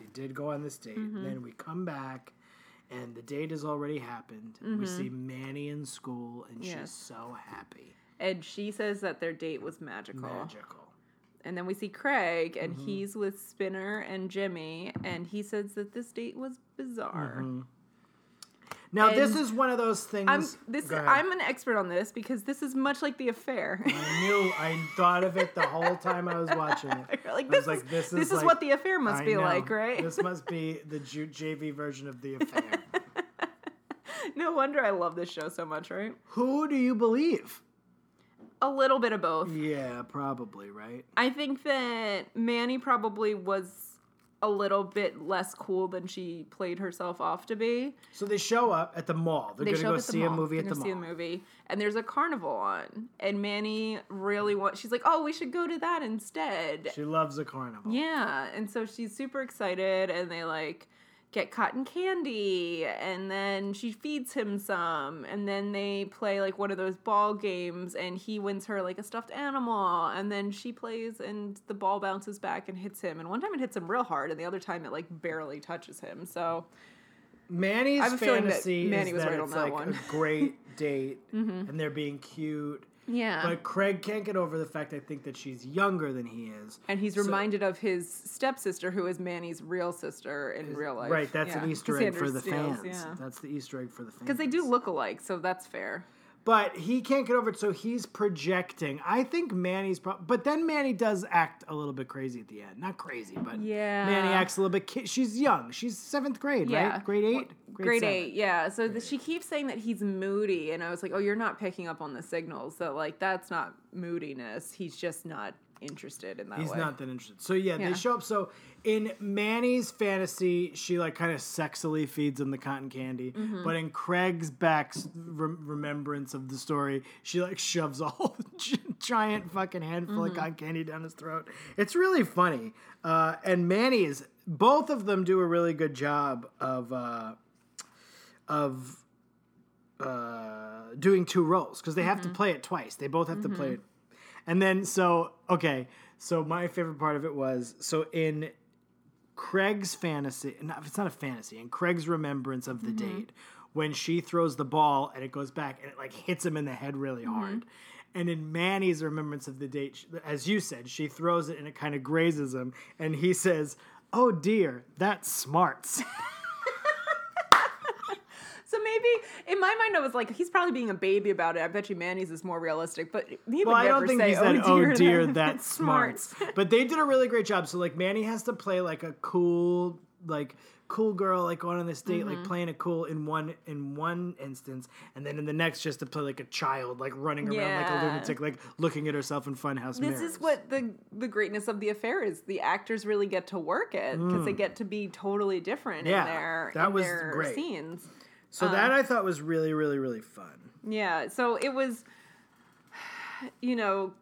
Speaker 2: They did go on this date.
Speaker 1: Mm-hmm.
Speaker 2: Then we come back, and the date has already happened. We see Manny in school, and she's
Speaker 1: Mm-hmm. Yes.
Speaker 2: so happy,
Speaker 1: And she says that their date was magical.
Speaker 2: magical.
Speaker 1: And then we see Craig, and
Speaker 2: Mm-hmm.
Speaker 1: he's with Spinner and Jimmy, and he says that this date was bizarre.
Speaker 2: Mm-hmm. Now this
Speaker 1: And
Speaker 2: is one of those things.
Speaker 1: I'm this.
Speaker 2: Go ahead.
Speaker 1: I'm an expert on this because this is much like the affair.
Speaker 2: I knew. I thought of it the whole time I was watching it.
Speaker 1: You're like,
Speaker 2: I was
Speaker 1: this,
Speaker 2: like,
Speaker 1: is,
Speaker 2: this
Speaker 1: this,
Speaker 2: is
Speaker 1: is
Speaker 2: like-
Speaker 1: what the affair must
Speaker 2: I
Speaker 1: be
Speaker 2: know.
Speaker 1: like, right?
Speaker 2: This must be the Ju- JV version of the affair.
Speaker 1: no wonder I love this show so much, right?
Speaker 2: Who do you believe?
Speaker 1: A little bit of both.
Speaker 2: Yeah, probably right.
Speaker 1: I think that Manny probably was a little bit less cool than she played herself off to be.
Speaker 2: So they show up at the mall. They're
Speaker 1: They
Speaker 2: gonna
Speaker 1: show
Speaker 2: go
Speaker 1: up at the
Speaker 2: see a
Speaker 1: mall.
Speaker 2: movie
Speaker 1: They're
Speaker 2: at the
Speaker 1: gonna
Speaker 2: mall.
Speaker 1: see a movie, and there's a carnival on, and Manny really wants. She's like, "Oh, we should go to that instead."
Speaker 2: She loves a carnival.
Speaker 1: Yeah, and so she's super excited, and they like get cotton candy and then she feeds him some and then they play like one of those ball games and he wins her like a stuffed animal and then she plays and the ball bounces back and hits him and one time it hits him real hard and the other time it like barely touches him so
Speaker 2: Manny's
Speaker 1: I have a feeling that
Speaker 2: fantasy
Speaker 1: Manny
Speaker 2: is
Speaker 1: was
Speaker 2: that
Speaker 1: right on
Speaker 2: it's
Speaker 1: that
Speaker 2: like
Speaker 1: one. Mm-hmm.
Speaker 2: a great date and they're being cute.
Speaker 1: yeah
Speaker 2: But Craig can't get over the fact I think that she's younger than he is.
Speaker 1: and he's
Speaker 2: So-
Speaker 1: reminded of his stepsister who is Manny's real sister in real life
Speaker 2: Right, that's
Speaker 1: Yeah.
Speaker 2: an Easter egg
Speaker 1: Cassandra
Speaker 2: for the
Speaker 1: Steele's,
Speaker 2: fans.
Speaker 1: yeah
Speaker 2: That's the Easter egg for the fans.
Speaker 1: because they do look alike so that's fair
Speaker 2: But he can't get over it, so he's projecting. I think Manny's pro- but then Manny does act a little bit crazy at the end. Not crazy, but
Speaker 1: Yeah.
Speaker 2: Manny acts a little bit. Ki- she's young. She's seventh grade,
Speaker 1: Yeah.
Speaker 2: right? Grade eight.
Speaker 1: grade
Speaker 2: seven.
Speaker 1: eight yeah so the, she keeps saying that he's moody and i was like oh you're not picking up on the signals that like that's not moodiness he's just not interested in that
Speaker 2: He's
Speaker 1: way
Speaker 2: not that interested. So yeah,
Speaker 1: Yeah.
Speaker 2: they show up. So in Manny's fantasy, she like kind of sexily feeds him the cotton candy,
Speaker 1: Mm-hmm.
Speaker 2: but in Craig's back's rem remembrance of the story, she like shoves a whole gi- giant fucking handful
Speaker 1: Mm-hmm.
Speaker 2: of cotton candy down his throat. It's really funny. Uh, and Manny is both of them do a really good job of uh, of uh, doing two roles because they have
Speaker 1: Mm-hmm.
Speaker 2: to play it twice. They both have to play it. And then so okay, so my favorite part of it was so in Craig's fantasy, not it's not a fantasy, in Craig's remembrance of the date when she throws the ball and it goes back and it like hits him in the head really hard. And in Manny's remembrance of the date, she- as you said, she throws it and it kind of grazes him, and he says, "Oh dear, that smarts."
Speaker 1: so maybe in my mind i was like he's probably being a baby about it i bet you manny's is more realistic but he would
Speaker 2: Well, I
Speaker 1: never
Speaker 2: don't think
Speaker 1: say,
Speaker 2: he said,
Speaker 1: oh
Speaker 2: "Oh
Speaker 1: dear,
Speaker 2: dear,
Speaker 1: that-
Speaker 2: that's smarts." but they did a really great job. So like Manny has to play like a cool, like cool girl, like going on this date,
Speaker 1: Mm-hmm.
Speaker 2: like playing a cool in one in one instance, and then in the next just to play like a child, like running around like a
Speaker 1: Yeah.
Speaker 2: lunatic, like looking at herself in funhouse
Speaker 1: this
Speaker 2: mirrors.
Speaker 1: is what the the greatness of the affair is the actors really get to work it because they get to be totally different
Speaker 2: Mm. Yeah,
Speaker 1: in their
Speaker 2: that
Speaker 1: in
Speaker 2: was
Speaker 1: their
Speaker 2: great.
Speaker 1: scenes
Speaker 2: So that
Speaker 1: um,
Speaker 2: I thought was really, really, really fun.
Speaker 1: Yeah, so it was, you know,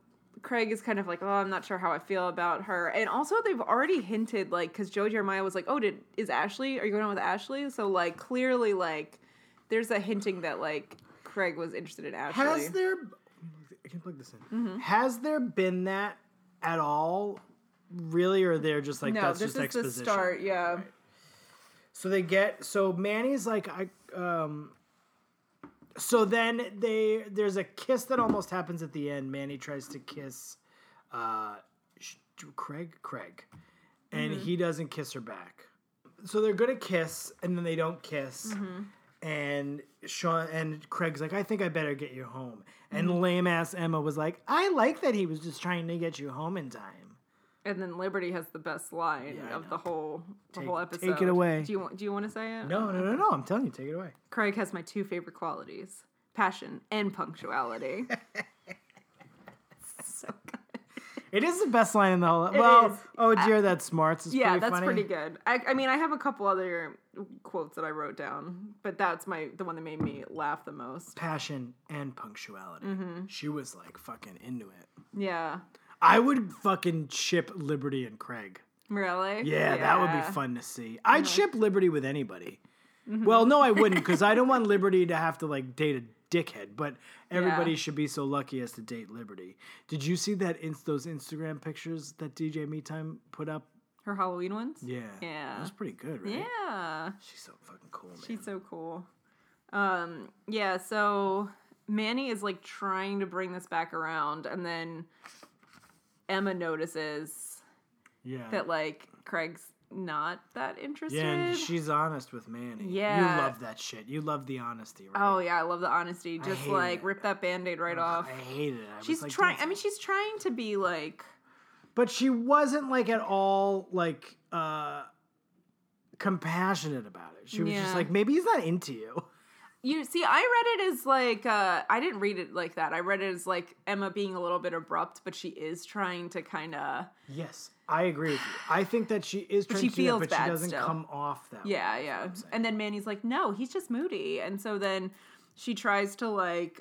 Speaker 1: Craig is kind of like, oh, I'm not sure how I feel about her, and also they've already hinted like, because Joe Jeremiah was like, oh, did is Ashley? Are you going on with Ashley? So like, clearly, like, there's a hinting that like Craig was interested in Ashley.
Speaker 2: Has there? I can plug this in.
Speaker 1: Mm-hmm.
Speaker 2: Has there been that at all? Really, or they're just like
Speaker 1: no,
Speaker 2: that's
Speaker 1: this
Speaker 2: just
Speaker 1: is
Speaker 2: exposition.
Speaker 1: the start. Yeah,
Speaker 2: So they get so Manny's like I um so then they there's a kiss that almost happens at the end. Manny tries to kiss uh sh- Craig Craig and he doesn't kiss her back. So they're going to kiss and then they don't kiss. Mm-hmm. And Sean and Craig's like, I think I better get you home. And lame ass Emma was like, I like that he was just trying to get you home in time.
Speaker 1: and then Liberty has the best line
Speaker 2: Yeah, I
Speaker 1: of
Speaker 2: know.
Speaker 1: the whole the
Speaker 2: Take-
Speaker 1: whole
Speaker 2: take
Speaker 1: episode.
Speaker 2: it away.
Speaker 1: Do you want? Do you want to say it?
Speaker 2: No, no, no, no. I'm telling you, take it away.
Speaker 1: Craig has my two favorite qualities: passion and punctuality. so good.
Speaker 2: It is the best line in the whole. well,
Speaker 1: is.
Speaker 2: oh dear, that smarts is
Speaker 1: Yeah,
Speaker 2: pretty
Speaker 1: that's
Speaker 2: funny.
Speaker 1: pretty good. I, I mean, I have a couple other quotes that I wrote down, but that's my the one that made me laugh the most.
Speaker 2: Passion and punctuality.
Speaker 1: Mm-hmm.
Speaker 2: She was like fucking into it.
Speaker 1: Yeah,
Speaker 2: I would fucking ship Liberty and Craig.
Speaker 1: really?
Speaker 2: Yeah, that would
Speaker 1: Yeah. Mm-hmm.
Speaker 2: be fun to see. I'd ship Liberty with anybody. Well, no, I wouldn't because I don't want Liberty to have to like date a dickhead. But everybody
Speaker 1: Yeah.
Speaker 2: should be so lucky as to date Liberty. Did you see that? In- those Instagram pictures that DJ Me Time put up.
Speaker 1: Her Halloween ones.
Speaker 2: Yeah,
Speaker 1: Yeah.
Speaker 2: that was pretty good, right?
Speaker 1: Yeah,
Speaker 2: she's so fucking cool, man.
Speaker 1: she's so cool. Um, yeah. So Manny is like trying to bring this back around, and then Emma notices
Speaker 2: yeah,
Speaker 1: that like Craig's not that interested.
Speaker 2: Yeah, and she's honest with Manny.
Speaker 1: Yeah.
Speaker 2: You love that shit. You love the honesty, right?
Speaker 1: oh yeah, I love the honesty. Just
Speaker 2: hate
Speaker 1: like
Speaker 2: it.
Speaker 1: rip that band-aid right off.
Speaker 2: I hated it. I was
Speaker 1: She's
Speaker 2: like,
Speaker 1: trying.
Speaker 2: "Don't-"
Speaker 1: I mean, she's trying to be like.
Speaker 2: But she wasn't like at all like uh compassionate about it. She was just
Speaker 1: Yeah.
Speaker 2: like, maybe he's not into you.
Speaker 1: You see, I read it as like uh, I didn't read it like that. I read it as like Emma being a little bit abrupt, but she is trying to kind of
Speaker 2: Yes, I agree with you. I think that she is trying
Speaker 1: she
Speaker 2: to do that,
Speaker 1: feels
Speaker 2: but
Speaker 1: bad
Speaker 2: she doesn't
Speaker 1: still.
Speaker 2: come off that way.
Speaker 1: yeah yeah. And then Manny's like, no, he's just moody, and so then she tries to like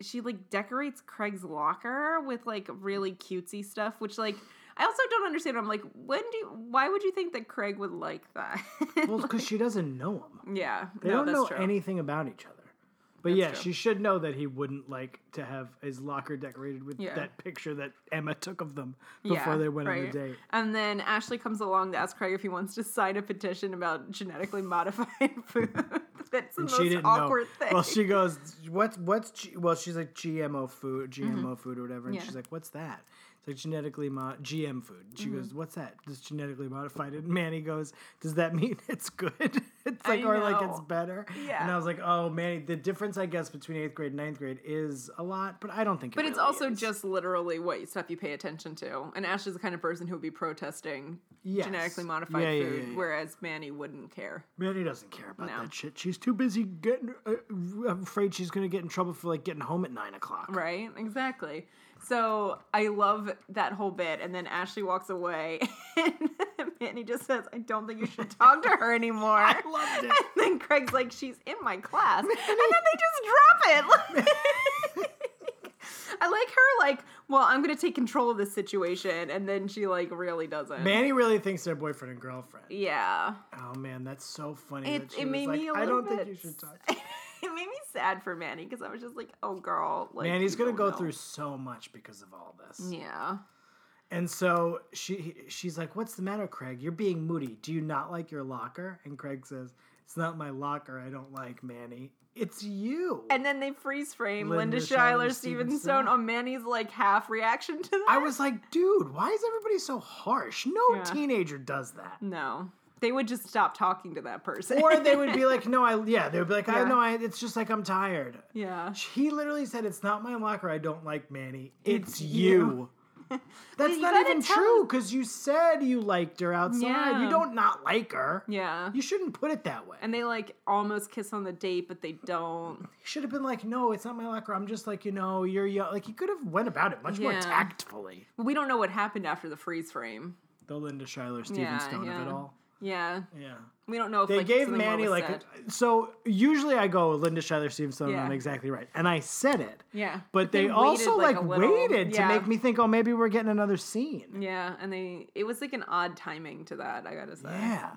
Speaker 1: she like decorates Craig's locker with like really cutesy stuff, which like I also don't understand. I'm like, when do you, why would you think that Craig would like that?
Speaker 2: Well, because she doesn't know him.
Speaker 1: yeah,
Speaker 2: They
Speaker 1: no,
Speaker 2: don't
Speaker 1: that's
Speaker 2: know
Speaker 1: true.
Speaker 2: anything about each other. But
Speaker 1: That's
Speaker 2: yeah,
Speaker 1: true.
Speaker 2: she should know that he wouldn't like to have his locker decorated with
Speaker 1: Yeah.
Speaker 2: that picture that Emma took of them before
Speaker 1: Yeah,
Speaker 2: they went on
Speaker 1: right.
Speaker 2: the date.
Speaker 1: And then Ashley comes along to ask Craig if he wants to sign a petition about genetically modified food. That's the
Speaker 2: And
Speaker 1: most
Speaker 2: she didn't
Speaker 1: awkward
Speaker 2: know.
Speaker 1: thing.
Speaker 2: Well, she goes, "What's what's?" G-? Well, she's like GMO food, GMO food or whatever, and
Speaker 1: Mm-hmm. Yeah.
Speaker 2: she's like, "What's that?" It's like genetically mod GM food. She
Speaker 1: Mm-hmm.
Speaker 2: goes, "What's that?" This genetically modified. And Manny goes, "Does that mean it's good?" it's like
Speaker 1: I
Speaker 2: or like it's
Speaker 1: know.
Speaker 2: better.
Speaker 1: Yeah.
Speaker 2: And I was like, "Oh, Manny, the difference I guess between eighth grade and ninth grade is a lot, but I don't think." It
Speaker 1: But it's
Speaker 2: really
Speaker 1: also
Speaker 2: is.
Speaker 1: just literally what stuff you pay attention to. And Ash is the kind of person who would be protesting
Speaker 2: Yes.
Speaker 1: genetically modified
Speaker 2: Yeah, yeah,
Speaker 1: food,
Speaker 2: yeah, yeah.
Speaker 1: whereas Manny wouldn't care.
Speaker 2: Manny doesn't care about
Speaker 1: No.
Speaker 2: that shit. She's too busy getting. Uh, I'm afraid she's gonna get in trouble for like getting home at nine o'clock.
Speaker 1: Right? Exactly. So I love that whole bit. And then Ashley walks away, and Manny just says, I don't think you should talk to her anymore. I
Speaker 2: loved it.
Speaker 1: And then Craig's like, She's in my class. and then they just drop it. I like her, like, well, I'm going to take control of this situation. And then she, like, really doesn't.
Speaker 2: Manny really thinks they're boyfriend and girlfriend.
Speaker 1: Yeah.
Speaker 2: Oh man, that's so funny.
Speaker 1: It-
Speaker 2: that she
Speaker 1: it
Speaker 2: was
Speaker 1: made
Speaker 2: like,
Speaker 1: me a
Speaker 2: I
Speaker 1: little
Speaker 2: don't think
Speaker 1: bit
Speaker 2: you should talk.
Speaker 1: it made me sad for Manny because I was just like, oh, girl. Like,
Speaker 2: Manny's
Speaker 1: you
Speaker 2: gonna
Speaker 1: don't
Speaker 2: go
Speaker 1: know.
Speaker 2: through so much because of all this.
Speaker 1: Yeah.
Speaker 2: And so she she's like, "What's the matter, Craig? You're being moody. Do you not like your locker?" And Craig says, "It's not my locker. I don't like Manny. It's you."
Speaker 1: And then they freeze frame Linda,
Speaker 2: Linda
Speaker 1: Schuyler,
Speaker 2: Schuyler,
Speaker 1: Steven
Speaker 2: Steven
Speaker 1: Stone
Speaker 2: Stone.
Speaker 1: on Manny's like half reaction to that.
Speaker 2: I was like, "Dude, why is everybody so harsh? No
Speaker 1: Yeah.
Speaker 2: teenager does that."
Speaker 1: No. They would just stop talking to that person.
Speaker 2: Or they would be like, "No, I yeah." They would be like,
Speaker 1: Yeah.
Speaker 2: "I know. I it's just like I'm tired."
Speaker 1: Yeah.
Speaker 2: He literally said, "It's not my locker. I don't like Manny. It's,
Speaker 1: It's
Speaker 2: you." That's
Speaker 1: you
Speaker 2: not
Speaker 1: gotta
Speaker 2: even
Speaker 1: tell
Speaker 2: true
Speaker 1: us-
Speaker 2: because you said you liked her outside.
Speaker 1: Yeah.
Speaker 2: You don't not like her.
Speaker 1: Yeah.
Speaker 2: You shouldn't put it that way.
Speaker 1: And they like almost kiss on the date, but they don't.
Speaker 2: He should have been like, "No, it's not my locker. I'm just like you know, you're young." Like he could have went about it much
Speaker 1: Yeah.
Speaker 2: more tactfully.
Speaker 1: We don't know what happened after the freeze frame.
Speaker 2: The Linda Schuyler, Steven
Speaker 1: Yeah,
Speaker 2: Stone of
Speaker 1: yeah.
Speaker 2: it all.
Speaker 1: Yeah.
Speaker 2: Yeah.
Speaker 1: We don't know if
Speaker 2: They
Speaker 1: like,
Speaker 2: gave
Speaker 1: something more
Speaker 2: Manny
Speaker 1: was
Speaker 2: like
Speaker 1: said.
Speaker 2: a- so. Usually, I go Linda Schuyler Stevenson.
Speaker 1: Yeah.
Speaker 2: I'm exactly right, and I said it.
Speaker 1: Yeah.
Speaker 2: but
Speaker 1: they
Speaker 2: they, also
Speaker 1: waited,
Speaker 2: like,
Speaker 1: like, a little.
Speaker 2: waited
Speaker 1: Yeah.
Speaker 2: to make me think, oh, maybe we're getting another scene.
Speaker 1: Yeah, and they it was like an odd timing to that, I gotta say.
Speaker 2: Yeah.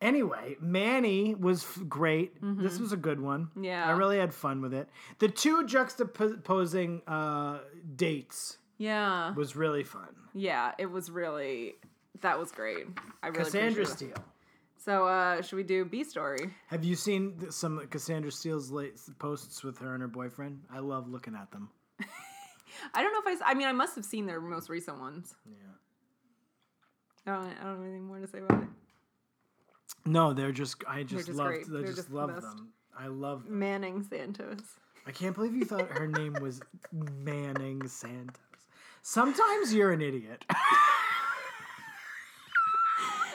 Speaker 2: Anyway, Manny was f- great. This was a good one.
Speaker 1: Mm-hmm. Yeah.
Speaker 2: I really had fun with it. The two juxtaposing uh, dates
Speaker 1: Yeah.
Speaker 2: was really fun.
Speaker 1: Yeah, it was really that was great. I really
Speaker 2: Cassandra
Speaker 1: appreciate that.
Speaker 2: Steele.
Speaker 1: So uh should we do B story?
Speaker 2: Have you seen th- some of Cassandra Steele's late posts with her and her boyfriend? I love looking at them.
Speaker 1: I don't know if I s- I mean I must have seen their most recent ones. Yeah. I don't, I don't have anything more to say about it.
Speaker 2: No, they're just. I just,
Speaker 1: just
Speaker 2: love. I
Speaker 1: great. They're
Speaker 2: just,
Speaker 1: just the
Speaker 2: love
Speaker 1: best.
Speaker 2: them. I love. Them.
Speaker 1: Manning Santos.
Speaker 2: I can't believe you thought her name was Manning Santos. Sometimes you're an idiot.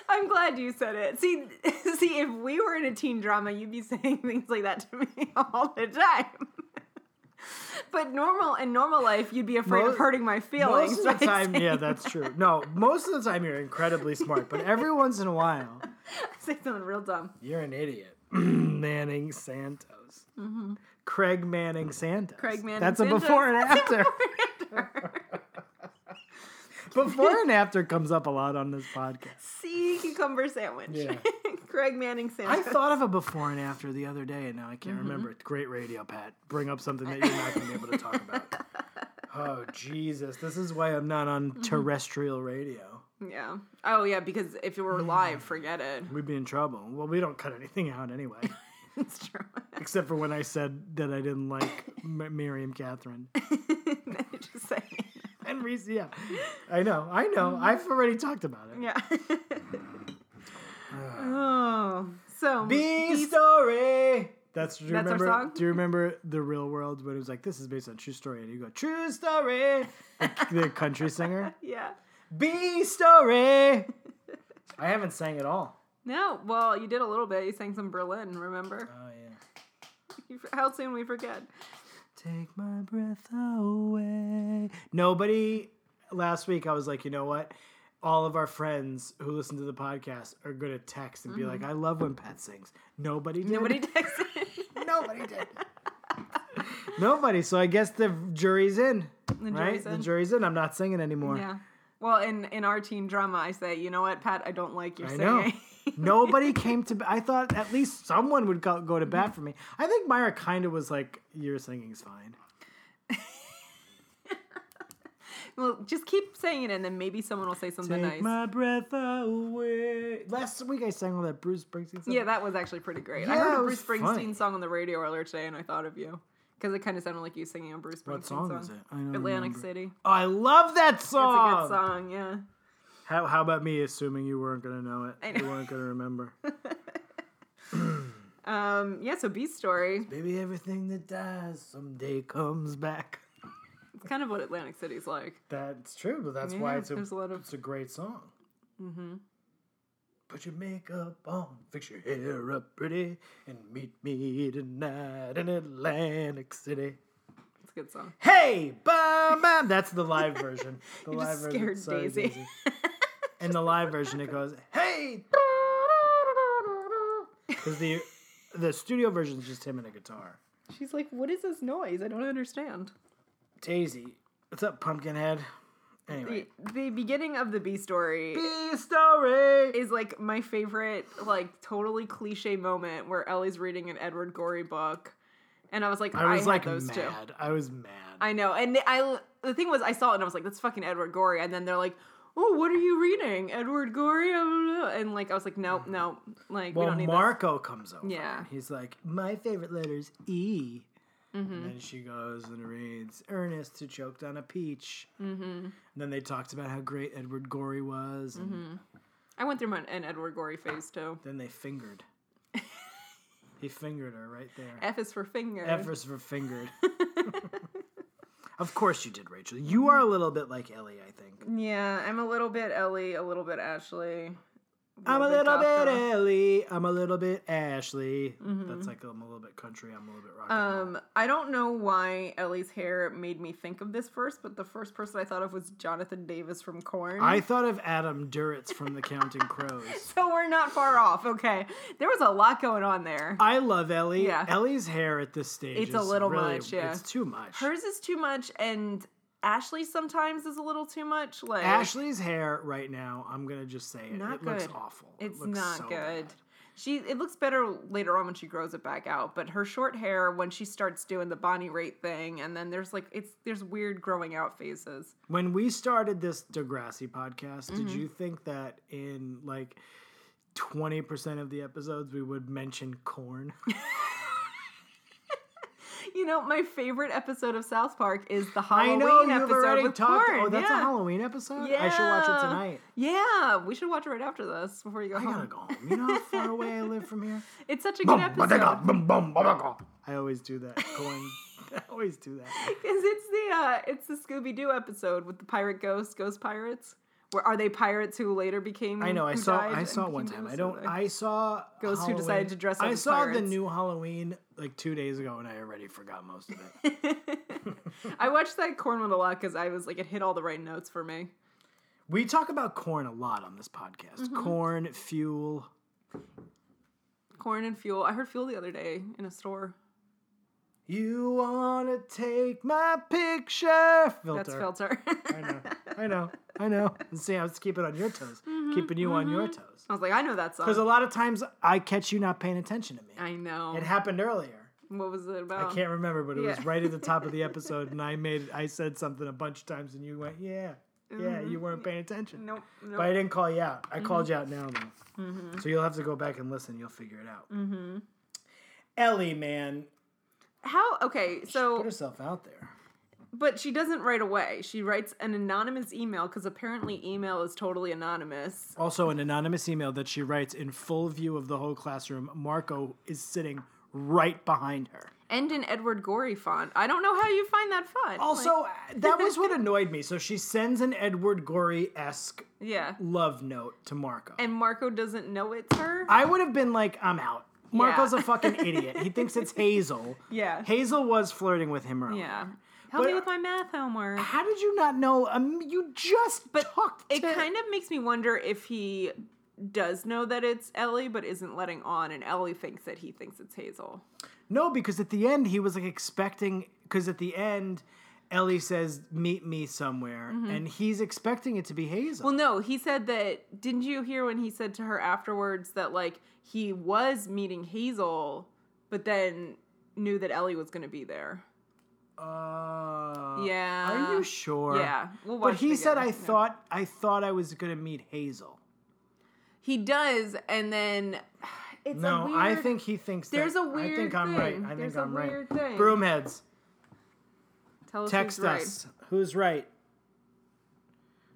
Speaker 1: I'm glad you said it. See see if we were in a teen drama, you'd be saying things like that to me all the time. But normal in normal life, you'd be afraid of
Speaker 2: Most-
Speaker 1: hurting my feelings.
Speaker 2: Most of the
Speaker 1: by
Speaker 2: time, yeah,
Speaker 1: saying-
Speaker 2: that's true. No, most of the time you're incredibly smart, but every once in a while,
Speaker 1: say something real dumb.
Speaker 2: you're an idiot. Manning Santos. Craig Manning Santos.
Speaker 1: Mm-hmm. Craig Manning
Speaker 2: That's
Speaker 1: Santos.
Speaker 2: a before and after. before and after comes up a lot on this podcast.
Speaker 1: Sea cucumber sandwich.
Speaker 2: Yeah.
Speaker 1: Craig Manning
Speaker 2: I
Speaker 1: sandwich.
Speaker 2: thought of a before and after the other day, and now I can't
Speaker 1: Mm-hmm.
Speaker 2: remember it. Great radio, Pat. Bring up something that you're not going to be able to talk about. Oh, Jesus. This is why I'm not
Speaker 1: Mm-hmm.
Speaker 2: on terrestrial radio.
Speaker 1: yeah. Oh yeah, because if it were live, forget it.
Speaker 2: We'd be in trouble. Well, we don't cut anything out anyway,
Speaker 1: It's true.
Speaker 2: except for when I said that I didn't like M- Miriam Catherine.
Speaker 1: Just saying.
Speaker 2: And Reese, yeah, I know, I know. I've already talked about it.
Speaker 1: Mm-hmm. Yeah. oh. So
Speaker 2: B story. That's do you
Speaker 1: That's our
Speaker 2: remember?
Speaker 1: song?
Speaker 2: Do you remember the Real World when it was like this is based on true story, and you go true story, the, the country singer.
Speaker 1: yeah.
Speaker 2: B story. I haven't sang at all.
Speaker 1: No, well, you did a little bit. You sang some Berlin, remember?
Speaker 2: Oh yeah.
Speaker 1: You, how soon we forget.
Speaker 2: Take my breath away. Nobody last week I was like, you know what? All of our friends who listen to the podcast are gonna text and be like, I love when Pat sings. Mm-hmm. Nobody did.
Speaker 1: Nobody texted.
Speaker 2: Nobody did. Nobody. So I guess the jury's in.
Speaker 1: The
Speaker 2: right?
Speaker 1: jury's
Speaker 2: The
Speaker 1: in.
Speaker 2: jury's in. I'm not singing anymore.
Speaker 1: yeah. Well, in in our teen drama, I say, you know what, Pat, I don't like your
Speaker 2: I know.
Speaker 1: singing.
Speaker 2: Nobody came to. I thought at least someone would go, go to bat for me. I think Myra kind of was like, "Your singing's fine."
Speaker 1: well, just keep saying it, and then maybe someone will say something
Speaker 2: Take
Speaker 1: nice.
Speaker 2: my breath away. Last week I sang all that Bruce Springsteen. Song.
Speaker 1: Yeah, that was actually pretty great. I
Speaker 2: Yeah,
Speaker 1: heard
Speaker 2: it
Speaker 1: a
Speaker 2: was
Speaker 1: Bruce Springsteen
Speaker 2: funny.
Speaker 1: song on the radio earlier today, and I thought of you because it kind of sounded like you singing a Bruce Springsteen
Speaker 2: What song was it? I don't
Speaker 1: Atlantic
Speaker 2: remember.
Speaker 1: City.
Speaker 2: Oh, I love that
Speaker 1: It's a
Speaker 2: song.
Speaker 1: good song. Yeah.
Speaker 2: How, how about me assuming you weren't gonna know it?
Speaker 1: I know.
Speaker 2: You weren't gonna remember.
Speaker 1: Um. Yeah. So Beast Story.
Speaker 2: Maybe everything that dies someday comes back.
Speaker 1: It's kind of what Atlantic City's like.
Speaker 2: That's true, but that's why
Speaker 1: Yeah,
Speaker 2: it's a,
Speaker 1: there's a lot of-
Speaker 2: it's a great song.
Speaker 1: Mm-hmm.
Speaker 2: Put your makeup on, fix your hair up pretty, and meet me tonight in Atlantic City.
Speaker 1: It's a good song.
Speaker 2: Hey, bum, bum. That's the live version. The
Speaker 1: You
Speaker 2: live
Speaker 1: just scared
Speaker 2: sorry,
Speaker 1: Daisy.
Speaker 2: In the live version, it goes, "Hey," because the the studio version is just him and a guitar.
Speaker 1: She's like, "What is this noise? I don't understand."
Speaker 2: Daisy, what's up, Pumpkinhead? Anyway,
Speaker 1: The, the beginning of the Beast Story
Speaker 2: B story.
Speaker 1: is like my favorite, like totally cliche moment where Ellie's reading an Edward Gorey book, and I was like,
Speaker 2: I was
Speaker 1: had
Speaker 2: like
Speaker 1: those
Speaker 2: mad.
Speaker 1: two.
Speaker 2: I was mad.
Speaker 1: I know, and I the thing was, I saw it and I was like, "That's fucking Edward Gorey," and then they're like. Oh, what are you reading, Edward Gorey? Blah, blah, blah. And like, I was like, nope, nope. Like, we
Speaker 2: well,
Speaker 1: don't need
Speaker 2: Marco comes over.
Speaker 1: Yeah.
Speaker 2: and he's like, my favorite letter's E.
Speaker 1: Mm-hmm.
Speaker 2: And then she goes and reads Ernest who choked on a peach. Mm-hmm. And then they talked about how great Edward Gorey was.
Speaker 1: Mm-hmm.
Speaker 2: And
Speaker 1: this. I went through my, an Edward Gorey phase too.
Speaker 2: Then they fingered. he fingered her right there.
Speaker 1: F is for finger.
Speaker 2: F is for fingered. of course you did, Rachel. You are a little bit like Ellie, I think.
Speaker 1: Yeah, I'm a little bit Ellie, a little bit Ashley.
Speaker 2: I'm a
Speaker 1: bit
Speaker 2: little bit
Speaker 1: Tasha.
Speaker 2: Ellie. I'm a little bit Ashley. That's like I'm a little bit country. I'm a little bit rock. and roll.
Speaker 1: Mm-hmm. Um, I don't know why Ellie's hair made me think of this first, but the first person I thought of was Jonathan Davis from Corn.
Speaker 2: I thought of Adam Duritz from The Counting Crows.
Speaker 1: so we're not far off. Okay, there was a lot going on there.
Speaker 2: I love Ellie.
Speaker 1: Yeah.
Speaker 2: Ellie's hair at this stage.
Speaker 1: It's a
Speaker 2: is
Speaker 1: little
Speaker 2: really-
Speaker 1: much, yeah.
Speaker 2: it's too much.
Speaker 1: Hers is too much, and Ashley sometimes is a little too much. Like
Speaker 2: Ashley's hair right now. I'm gonna just say it.
Speaker 1: Not
Speaker 2: it looks
Speaker 1: good.
Speaker 2: awful. It
Speaker 1: It's
Speaker 2: looks
Speaker 1: not
Speaker 2: so
Speaker 1: good.
Speaker 2: bad.
Speaker 1: She it looks better later on when she grows it back out, but her short hair when she starts doing the Bonnie Raitt thing, and then there's like it's there's weird growing out phases.
Speaker 2: When we started this Degrassi podcast, did
Speaker 1: Mm-hmm.
Speaker 2: you think that in like 20% of the episodes we would mention corn?
Speaker 1: You know, my favorite episode of South Park is the
Speaker 2: I
Speaker 1: Halloween
Speaker 2: know you've
Speaker 1: episode
Speaker 2: already
Speaker 1: with
Speaker 2: talked.
Speaker 1: Corn.
Speaker 2: Oh, that's
Speaker 1: yeah.
Speaker 2: a Halloween episode? I should watch
Speaker 1: Yeah.
Speaker 2: it tonight.
Speaker 1: Yeah, we should watch it right after this before you go
Speaker 2: I
Speaker 1: home.
Speaker 2: gotta go home. You know how far away I live from here?
Speaker 1: It's such a good episode
Speaker 2: I always do that. Corn. I always do that.
Speaker 1: because it's the uh, it's the Scooby Doo episode with the pirate ghost, ghost pirates. Where are they pirates who later became?
Speaker 2: I know. I
Speaker 1: who
Speaker 2: saw.
Speaker 1: died
Speaker 2: I
Speaker 1: and
Speaker 2: saw it one
Speaker 1: became
Speaker 2: time. I
Speaker 1: ghosts,
Speaker 2: don't.
Speaker 1: so
Speaker 2: I saw
Speaker 1: Ghosts who decided
Speaker 2: Halloween-
Speaker 1: to dress up
Speaker 2: I
Speaker 1: as
Speaker 2: saw the
Speaker 1: pirates.
Speaker 2: new Halloween like two days ago, and I already forgot most of it.
Speaker 1: I watched that corn one a lot because I was like, it hit all the right notes for me.
Speaker 2: we talk about corn a lot on this podcast.
Speaker 1: Mm-hmm.
Speaker 2: Corn fuel.
Speaker 1: Corn and fuel. I heard fuel the other day in a store.
Speaker 2: You wanna take my picture? Filter.
Speaker 1: That's filter.
Speaker 2: I know. I know. I know. And see, I was keeping on your toes,
Speaker 1: Mm-hmm.
Speaker 2: keeping you on your toes.
Speaker 1: I was like, I know that
Speaker 2: Because a
Speaker 1: song.
Speaker 2: lot of times I catch you not paying attention to me.
Speaker 1: I know.
Speaker 2: It happened earlier.
Speaker 1: What was it about?
Speaker 2: I can't remember, but it was
Speaker 1: Oh. Yeah.
Speaker 2: right at the top of the episode, and I made I said something a bunch of times, and you went, "Yeah, yeah," you weren't paying attention.
Speaker 1: Mm-hmm. Nope. nope. Mm-hmm.
Speaker 2: But I didn't call you out. I called you out now, though. So you'll have to go back and listen. You'll figure it out. Mm-hmm. Ellie, man,
Speaker 1: How? Okay,
Speaker 2: put
Speaker 1: so,
Speaker 2: herself out there.
Speaker 1: but she doesn't write away. She writes an anonymous email because apparently email is totally anonymous.
Speaker 2: Also, an anonymous email that she writes in full view of the whole classroom. Marco is sitting right behind her.
Speaker 1: And in Edward Gorey font. I don't know how you find that font. Like,
Speaker 2: Also, that was what annoyed me. So she sends an Edward Gorey esque
Speaker 1: yeah.
Speaker 2: love note to Marco.
Speaker 1: And Marco doesn't know it's her.
Speaker 2: I would have been like, I'm out. Marco's
Speaker 1: Yeah.
Speaker 2: a fucking idiot. He thinks it's Hazel.
Speaker 1: Yeah.
Speaker 2: Hazel was flirting with him earlier.
Speaker 1: yeah. Help
Speaker 2: But-
Speaker 1: me with my math homework.
Speaker 2: How did you not know? Um, you just talked.
Speaker 1: It
Speaker 2: to-
Speaker 1: kind of makes me wonder if he does know that it's Ellie, but isn't letting on, and Ellie thinks that he thinks it's Hazel.
Speaker 2: no, because at the end he was like expecting. Because at the end, Ellie says, "Meet me somewhere,"
Speaker 1: Mm-hmm.
Speaker 2: and he's expecting it to be Hazel.
Speaker 1: Well, no, he said that. Didn't you hear when he said to her afterwards that like he was meeting Hazel, but then knew that Ellie was going to be there?
Speaker 2: Uh,
Speaker 1: Yeah.
Speaker 2: Are you sure?
Speaker 1: Yeah, we'll
Speaker 2: but
Speaker 1: watch
Speaker 2: he
Speaker 1: it
Speaker 2: said,
Speaker 1: again,
Speaker 2: "I
Speaker 1: yeah.
Speaker 2: thought I thought I was going to meet Hazel."
Speaker 1: He does, and then it's
Speaker 2: No,
Speaker 1: A weird,
Speaker 2: I think he thinks.
Speaker 1: There's
Speaker 2: that,
Speaker 1: a weird
Speaker 2: I think I'm right.
Speaker 1: thing.
Speaker 2: I think
Speaker 1: There's a
Speaker 2: I'm right.
Speaker 1: weird thing.
Speaker 2: Broomheads,
Speaker 1: Tell us
Speaker 2: text
Speaker 1: who's right.
Speaker 2: us. Who's right?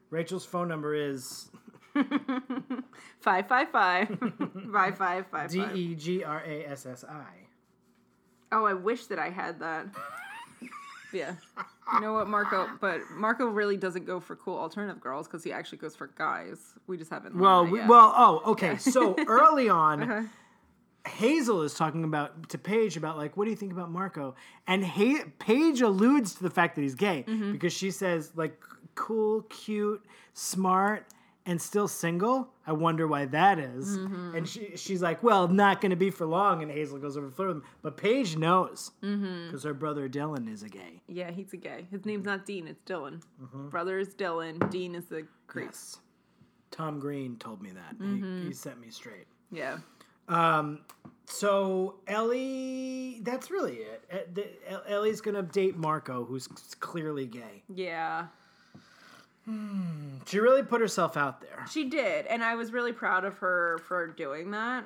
Speaker 2: Rachel's phone number is
Speaker 1: Five five five five five five
Speaker 2: D
Speaker 1: five.
Speaker 2: E G R A S S I.
Speaker 1: Oh, I wish that I had that. yeah. You know what, Marco? But Marco really doesn't go for cool alternative girls because he actually goes for guys. We just haven't. learned
Speaker 2: Well,
Speaker 1: that
Speaker 2: we,
Speaker 1: yet.
Speaker 2: well, oh, okay. So early on, Hazel is talking about to Paige about like, what do you think about Marco? And ha- Paige alludes to the fact that he's gay because she says like, cool, cute, smart, and still single. I wonder why that is. And she she's like, well, not going to be for long. And Hazel goes over to flirt with him, but Paige knows because her brother Dylan is a gay.
Speaker 1: Yeah, he's a gay. His name's not Dean, it's Dylan.
Speaker 2: Mm-hmm.
Speaker 1: Brother is Dylan. Dean is the creep.
Speaker 2: Yes. Tom Green told me that. He, he set me straight.
Speaker 1: Yeah.
Speaker 2: So Ellie, that's really it. E- the- El- Ellie's gonna date Marco, who's c- clearly gay.
Speaker 1: Yeah.
Speaker 2: She really put herself out there,
Speaker 1: She did, and I was really proud of her for doing that.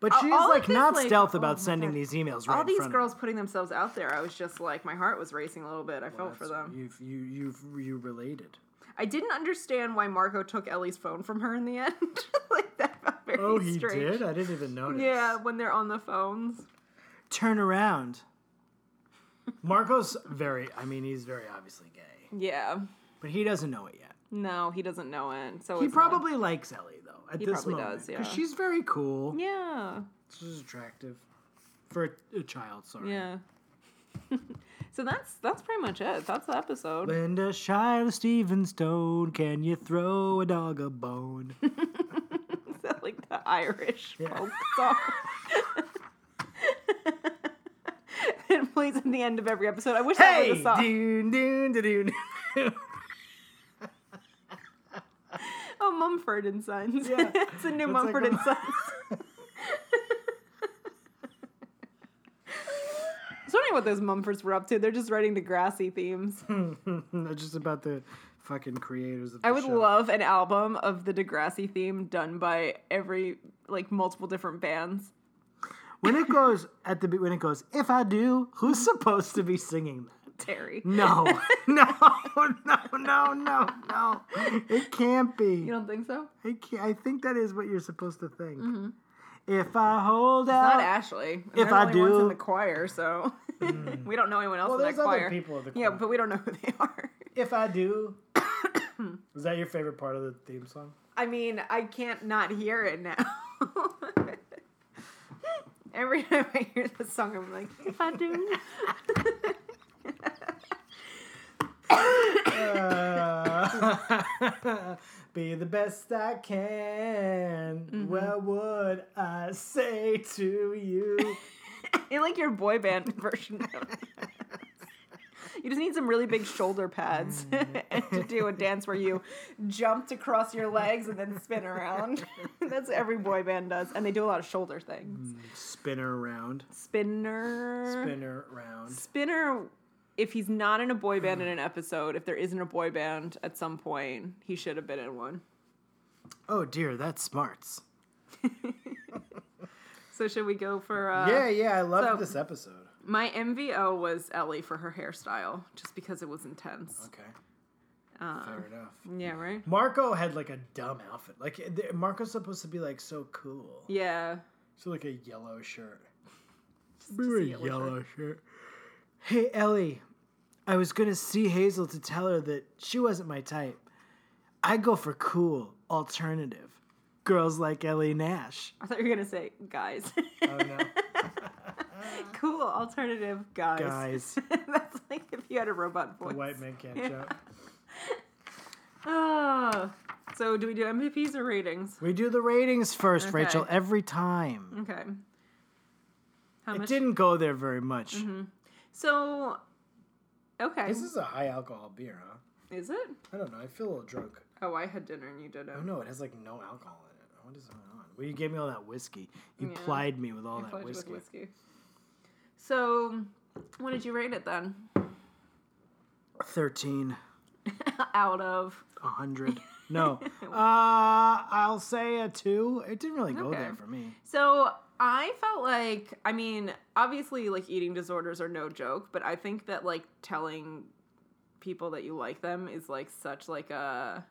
Speaker 2: but
Speaker 1: All-
Speaker 2: she's
Speaker 1: all of
Speaker 2: like
Speaker 1: this,
Speaker 2: not
Speaker 1: like-
Speaker 2: stealth
Speaker 1: oh
Speaker 2: about
Speaker 1: my
Speaker 2: sending
Speaker 1: God.
Speaker 2: these emails. Right
Speaker 1: All
Speaker 2: in
Speaker 1: these
Speaker 2: front of
Speaker 1: girls putting themselves out there, I was just like, my heart was racing a little bit. I felt
Speaker 2: her.
Speaker 1: for them.
Speaker 2: You've you you've you related.
Speaker 1: I didn't understand why Marco took Ellie's phone from her in the end. like that felt very
Speaker 2: Oh, he
Speaker 1: strange.
Speaker 2: did. I didn't even notice.
Speaker 1: Yeah, when they're on the phones.
Speaker 2: Turn around. Marco's very. I mean, he's very obviously gay,
Speaker 1: Yeah.
Speaker 2: but he doesn't know it yet.
Speaker 1: No, he doesn't know it. So Oh,
Speaker 2: He
Speaker 1: it's not-
Speaker 2: probably likes Ellie though. At
Speaker 1: He
Speaker 2: this
Speaker 1: probably
Speaker 2: moment,
Speaker 1: does,
Speaker 2: because
Speaker 1: yeah.
Speaker 2: she's very cool.
Speaker 1: Yeah.
Speaker 2: She's attractive for a, a child. Sorry.
Speaker 1: Yeah. so that's that's pretty much it. That's the episode.
Speaker 2: Linda Shiloh Steven Stone, can you throw a dog a bone?
Speaker 1: Is that like the Irish
Speaker 2: Yeah.
Speaker 1: folk song? it plays at the end of every episode. I wish that were the
Speaker 2: hey!
Speaker 1: song.
Speaker 2: Doon, doon, da, doon.
Speaker 1: oh, Mumford and Sons.
Speaker 2: Yeah.
Speaker 1: it's a new
Speaker 2: It's like
Speaker 1: Mumford
Speaker 2: a-
Speaker 1: and Sons. I was wondering what those Mumfords were up to. They're just writing the grassy themes.
Speaker 2: That's just about the fucking creators of the
Speaker 1: I would
Speaker 2: show.
Speaker 1: love an album of the Degrassi theme done by every like multiple different bands.
Speaker 2: when it goes at the be- when it goes. If I do, who's supposed to be singing that?
Speaker 1: Terry,
Speaker 2: No, no, no, no, no, no. It can't be.
Speaker 1: you don't think so?
Speaker 2: I, can't, I think that is what you're supposed to think. If I hold
Speaker 1: Mm-hmm. It's
Speaker 2: out,
Speaker 1: not Ashley. And
Speaker 2: if
Speaker 1: they're the
Speaker 2: I
Speaker 1: only ones
Speaker 2: do-
Speaker 1: in the choir, so we don't know anyone else
Speaker 2: Well,
Speaker 1: in that
Speaker 2: there's other
Speaker 1: choir.
Speaker 2: people in the
Speaker 1: Yeah,
Speaker 2: choir.
Speaker 1: but we don't know who they are.
Speaker 2: if I do. Is that your favorite part of the theme song?
Speaker 1: I mean, I can't not hear it now. Every time I hear this song, I'm like, if I do.
Speaker 2: Uh, be the best I can.
Speaker 1: Mm-hmm.
Speaker 2: What would I say to you?
Speaker 1: In like your boy band version. you just need some really big shoulder pads and to do a dance where you jump to cross your legs and then spin around. That's what every boy band does, and they do a lot of shoulder things.
Speaker 2: Spinner round.
Speaker 1: Spinner.
Speaker 2: Spinner round.
Speaker 1: Spinner. If he's not in a boy band in an episode, if there isn't a boy band at some point, he should have been in one.
Speaker 2: Oh dear, that's smarts.
Speaker 1: So should we go for uh,
Speaker 2: yeah, yeah, I love
Speaker 1: so-
Speaker 2: this episode.
Speaker 1: my MVO was Ellie for her hairstyle, just because it was intense.
Speaker 2: Okay.
Speaker 1: Uh,
Speaker 2: Fair enough.
Speaker 1: Yeah, right.
Speaker 2: Marco had like a dumb outfit. Like th- Marco's supposed to be like so cool.
Speaker 1: Yeah.
Speaker 2: So like a yellow shirt.
Speaker 1: just
Speaker 2: Wear
Speaker 1: a yellow
Speaker 2: shirt. Hey Ellie, I was gonna see Hazel to tell her that she wasn't my type. I go for cool, alternative, girls like Ellie Nash.
Speaker 1: I thought you were gonna say guys.
Speaker 2: Oh no,
Speaker 1: cool alternative guys.
Speaker 2: guys,
Speaker 1: That's like if you had a robot voice.
Speaker 2: white man can't jump.
Speaker 1: Oh. So do we do MVPs or ratings?
Speaker 2: We do the ratings first,
Speaker 1: Okay.
Speaker 2: Rachel, every time.
Speaker 1: Okay. How Mm-hmm.
Speaker 2: It
Speaker 1: much? Mm-hmm.
Speaker 2: didn't go there very much.
Speaker 1: So Okay.
Speaker 2: This is a high alcohol beer, huh?
Speaker 1: Is it?
Speaker 2: I don't know. I feel a little drunk.
Speaker 1: Oh, I had dinner and you didn't.
Speaker 2: Oh no, it has like no alcohol in it. What is going on? Well, you gave me all that whiskey. You
Speaker 1: Yeah.
Speaker 2: plied me with all
Speaker 1: I
Speaker 2: that
Speaker 1: pledged with
Speaker 2: whiskey.
Speaker 1: whiskey. So, what did you rate it then?
Speaker 2: Thirteen,
Speaker 1: Out of
Speaker 2: a hundred. No, uh, I'll say a two. It didn't really go
Speaker 1: Okay.
Speaker 2: there for me.
Speaker 1: So I felt like, I mean, obviously, like eating disorders are no joke, but I think that like telling people that you like them is like such like a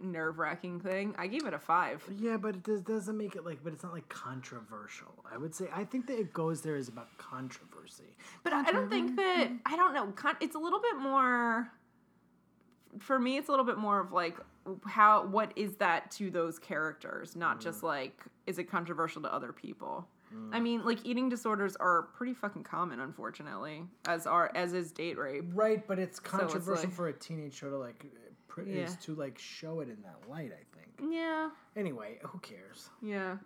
Speaker 1: nerve wracking thing. I gave it a five.
Speaker 2: Yeah, but it does, doesn't make it like. But it's not like controversial. I would say. I think that it goes there is about controversy.
Speaker 1: But I don't think that I don't know. Con- it's a little bit more. For me, it's a little bit more of like how what is that to those characters, not
Speaker 2: Mm.
Speaker 1: just like is it controversial to other people. I mean, like eating disorders are pretty fucking common, unfortunately, as are as is date rape.
Speaker 2: Right, but it's controversial
Speaker 1: like-
Speaker 2: for a teenage show to like. Pr- is
Speaker 1: Yeah.
Speaker 2: to like show it in that light. I think.
Speaker 1: Yeah,
Speaker 2: Anyway, who cares?
Speaker 1: yeah.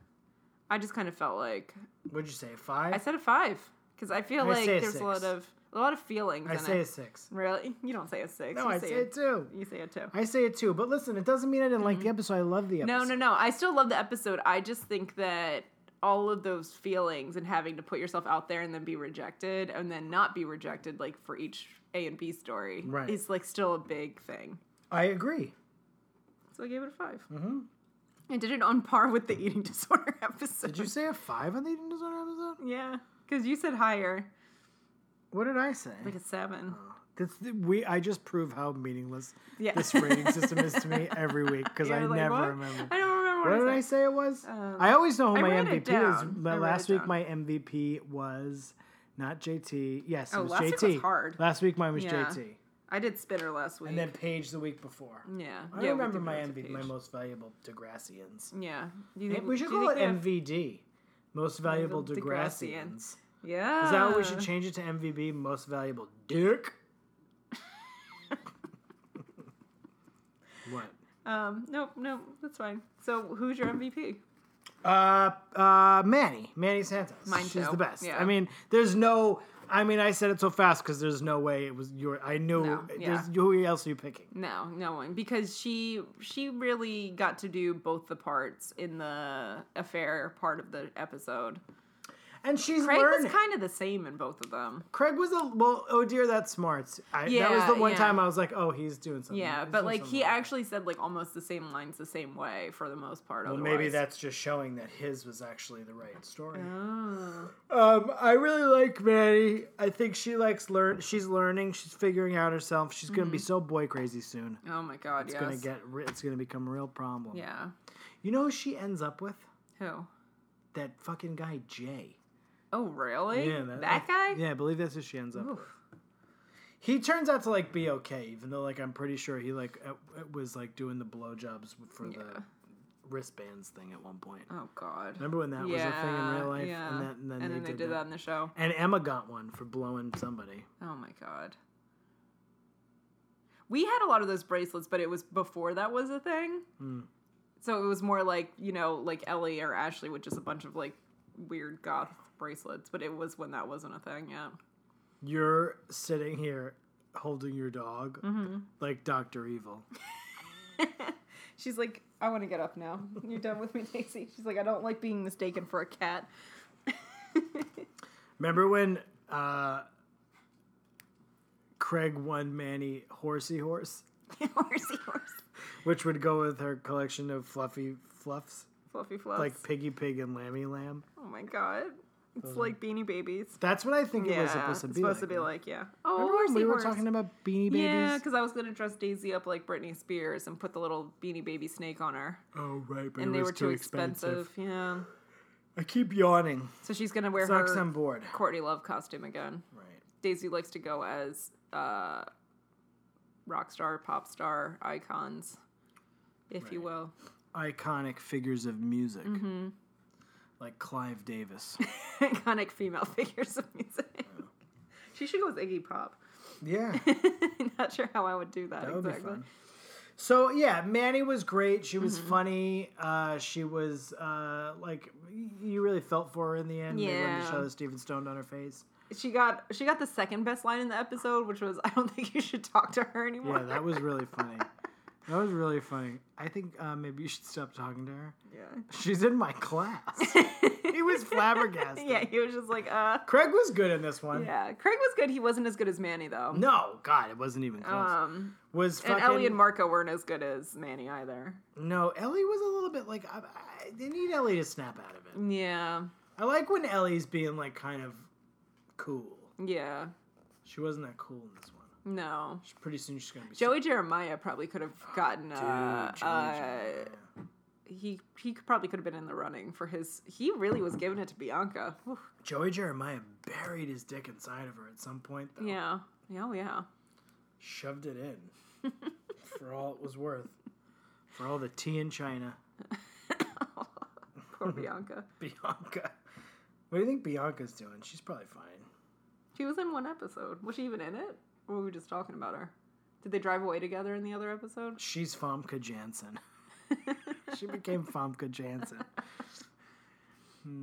Speaker 1: I just kind of felt like
Speaker 2: What'd you say? Five.
Speaker 1: I said a five because I feel
Speaker 2: I
Speaker 1: like
Speaker 2: say a
Speaker 1: there's a lot
Speaker 2: six.
Speaker 1: of a lot of feelings.
Speaker 2: I
Speaker 1: in
Speaker 2: say a
Speaker 1: it.
Speaker 2: six.
Speaker 1: really, you don't say a six.
Speaker 2: No,
Speaker 1: you
Speaker 2: I
Speaker 1: say
Speaker 2: say a
Speaker 1: it.
Speaker 2: two.
Speaker 1: You say a two. Mm-hmm.
Speaker 2: I say it too, but listen, it doesn't mean I didn't like the episode. I love the episode.
Speaker 1: No, no, no. I still love the episode. I just think that all of those feelings and having to put yourself out there and then be rejected and then not be rejected, like for each A and B story,
Speaker 2: Right.
Speaker 1: is like still a big thing.
Speaker 2: I agree.
Speaker 1: So I gave it a 5 Mm-hmm. I did it on par with the eating disorder episode.
Speaker 2: Did you say a five on the Eating Disorder episode?
Speaker 1: Yeah, because you said higher,
Speaker 2: What did I say?
Speaker 1: like a seven.
Speaker 2: That's we. I just prove how meaningless
Speaker 1: Yeah.
Speaker 2: this rating system is to me every week because
Speaker 1: You're
Speaker 2: I
Speaker 1: like,
Speaker 2: never
Speaker 1: "What?"
Speaker 2: remember.
Speaker 1: I don't remember
Speaker 2: What
Speaker 1: what,
Speaker 2: did
Speaker 1: I
Speaker 2: I
Speaker 1: said.
Speaker 2: say it was?
Speaker 1: Um,
Speaker 2: I always know who
Speaker 1: I
Speaker 2: my
Speaker 1: wrote it
Speaker 2: MVP is.
Speaker 1: down.
Speaker 2: but
Speaker 1: I wrote
Speaker 2: Last
Speaker 1: it
Speaker 2: week
Speaker 1: down.
Speaker 2: my MVP was not JT. Yes, it
Speaker 1: Oh,
Speaker 2: was
Speaker 1: last week
Speaker 2: JT.
Speaker 1: was hard.
Speaker 2: Last week mine was
Speaker 1: Yeah.
Speaker 2: JT,
Speaker 1: I did Spinner last week.
Speaker 2: and then Paige the week before.
Speaker 1: yeah,
Speaker 2: I
Speaker 1: yeah, we
Speaker 2: remember
Speaker 1: did
Speaker 2: my
Speaker 1: Rosa
Speaker 2: MVP, my
Speaker 1: Page.
Speaker 2: most valuable Degrassians.
Speaker 1: Yeah, Do you
Speaker 2: Yeah,
Speaker 1: think-
Speaker 2: we should
Speaker 1: do you
Speaker 2: call it
Speaker 1: think we have-
Speaker 2: MVD, Most Valuable
Speaker 1: Valuable
Speaker 2: Degrassians.
Speaker 1: Degrassian.
Speaker 2: Is
Speaker 1: Yeah,
Speaker 2: that what we should change it to MVB, Most Valuable Dick? what?
Speaker 1: Um, nope, nope, that's fine. So who's your MVP?
Speaker 2: Uh, uh, Manny, Manny Santos.
Speaker 1: Mine
Speaker 2: She's
Speaker 1: too.
Speaker 2: the best.
Speaker 1: Yeah.
Speaker 2: I mean, there's no. I mean, I said it so fast because there's no way it was your. I knew.
Speaker 1: No,
Speaker 2: there's-
Speaker 1: yeah.
Speaker 2: Who else are you picking?
Speaker 1: No, no one, because she she really got to do both the parts in the affair part of the episode.
Speaker 2: And she's
Speaker 1: Craig
Speaker 2: learning.
Speaker 1: was kind of the same in both of them.
Speaker 2: Craig was a well. Oh dear, that's smart. I, that was
Speaker 1: Yeah,
Speaker 2: the one
Speaker 1: yeah.
Speaker 2: time I was like, oh, he's doing something.
Speaker 1: Yeah,
Speaker 2: He's
Speaker 1: but
Speaker 2: doing
Speaker 1: like
Speaker 2: something
Speaker 1: he
Speaker 2: right.
Speaker 1: actually said like almost the same lines the same way for the most part.
Speaker 2: Well,
Speaker 1: otherwise.
Speaker 2: maybe that's just showing that his was actually the right story.
Speaker 1: Oh.
Speaker 2: Um, I really like Manny. I think she likes learn. She's learning. She's figuring out herself. She's gonna be so boy crazy soon.
Speaker 1: Oh my god,
Speaker 2: It's
Speaker 1: Mm-hmm. yes.
Speaker 2: gonna get. Re- it's gonna become a real problem.
Speaker 1: yeah.
Speaker 2: You know who she ends up with?
Speaker 1: Who?
Speaker 2: That fucking guy Jay.
Speaker 1: Oh really? that, guy?
Speaker 2: Yeah, I believe that's who she ends up. with.
Speaker 1: Oof.
Speaker 2: He turns out to like be okay, even though like I'm pretty sure he like uh, was like doing the blowjobs for
Speaker 1: Yeah.
Speaker 2: the wristbands thing at one point.
Speaker 1: Oh god.
Speaker 2: Remember when that was a thing in real life,
Speaker 1: yeah.
Speaker 2: and, that, and then they did,
Speaker 1: that.
Speaker 2: that.
Speaker 1: in the show.
Speaker 2: And Emma got one for blowing somebody.
Speaker 1: Oh my god. We had a lot of those bracelets, but it was before that was a thing.
Speaker 2: Hmm.
Speaker 1: So it was more like, you know, like Ellie or Ashley with just a bunch of like weird goth bracelets, but it was when that wasn't a thing yet.
Speaker 2: You're sitting here holding your dog
Speaker 1: Mm-hmm.
Speaker 2: like Doctor Evil.
Speaker 1: She's like, I want to get up now. You're done with me, Daisy. She's like, I don't like being mistaken for a cat.
Speaker 2: Remember when uh, Craig won Manny horsey horse,
Speaker 1: horsey horse.
Speaker 2: which would go with her collection of fluffy fluffs
Speaker 1: Fluffy fluffs.
Speaker 2: like Piggy Pig and Lammy Lamb.
Speaker 1: oh my god. It's like beanie babies.
Speaker 2: That's what I think it
Speaker 1: Yeah,
Speaker 2: was supposed to be.
Speaker 1: it's supposed to
Speaker 2: like
Speaker 1: be
Speaker 2: that.
Speaker 1: like, yeah. Oh,
Speaker 2: Remember when
Speaker 1: horsey
Speaker 2: we were
Speaker 1: horse.
Speaker 2: talking about Beanie Babies.
Speaker 1: Yeah, because I was gonna dress Daisy up like Britney Spears and put the little beanie baby snake on her,
Speaker 2: oh right, but
Speaker 1: and
Speaker 2: it
Speaker 1: they
Speaker 2: was
Speaker 1: were too expensive. Yeah,
Speaker 2: I keep yawning.
Speaker 1: so she's gonna wear
Speaker 2: Sucks.
Speaker 1: her
Speaker 2: I'm bored.
Speaker 1: Courtney Love costume again.
Speaker 2: Right.
Speaker 1: Daisy likes to go as uh, rock star, pop star icons, if you will.
Speaker 2: iconic figures of music,
Speaker 1: Mm-hmm.
Speaker 2: like Clive Davis.
Speaker 1: Iconic female figures of music. she should go as Iggy Pop.
Speaker 2: yeah,
Speaker 1: Not sure how I would do that,
Speaker 2: that would be
Speaker 1: exactly. Mm-hmm.
Speaker 2: fun. So yeah, Manny was great. She was funny. Uh, she was uh, like y- you really felt for her in the end. They wanted to
Speaker 1: Yeah.
Speaker 2: show the Steven Stone on her face.
Speaker 1: she got she got the second best line in the episode, which was I don't think you should talk to her anymore.
Speaker 2: Yeah, that was really funny. That was really funny. I think uh, maybe you should stop talking to her. She's in my class. he was flabbergasted.
Speaker 1: yeah, he was just like, uh
Speaker 2: Craig was good in this one.
Speaker 1: Yeah. Craig was good. He wasn't as good as Manny though.
Speaker 2: No, God, it wasn't even close.
Speaker 1: Um
Speaker 2: was
Speaker 1: and
Speaker 2: fucking
Speaker 1: Ellie and Marco weren't as good as Manny either.
Speaker 2: no? Ellie was a little bit like I, I, they need Ellie to snap out of it.
Speaker 1: Yeah.
Speaker 2: I like when Ellie's being like kind of cool.
Speaker 1: Yeah.
Speaker 2: She wasn't that cool in this one.
Speaker 1: No.
Speaker 2: She, pretty soon she's gonna be
Speaker 1: Joey Jeremiah probably could have gotten
Speaker 2: Dude,
Speaker 1: uh,
Speaker 2: Joey
Speaker 1: uh
Speaker 2: Jeremiah.
Speaker 1: he he could- probably could have been in the running for his he really was giving it to Bianca. Whew.
Speaker 2: Joey Jeremiah buried his dick inside of her at some point, though.
Speaker 1: uh, Yeah. Yeah, Oh yeah.
Speaker 2: Shoved it in. for all it was worth. For all the tea in China.
Speaker 1: Poor Bianca.
Speaker 2: Bianca. What do you think Bianca's doing? She's probably fine.
Speaker 1: She was in one episode. Was she even in it? Or were we just talking about her? Did they drive away together in the other episode?
Speaker 2: She's Famke Janssen. she became Famke Janssen.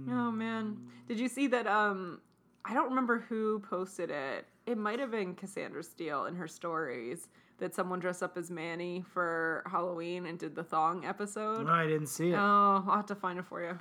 Speaker 1: Oh man. Did you see that um I don't remember who posted it. It might have been Cassandra Steele in her stories that someone dressed up as Manny for Halloween and did the thong episode.
Speaker 2: No, I didn't see it.
Speaker 1: Oh, I'll have to find it for you.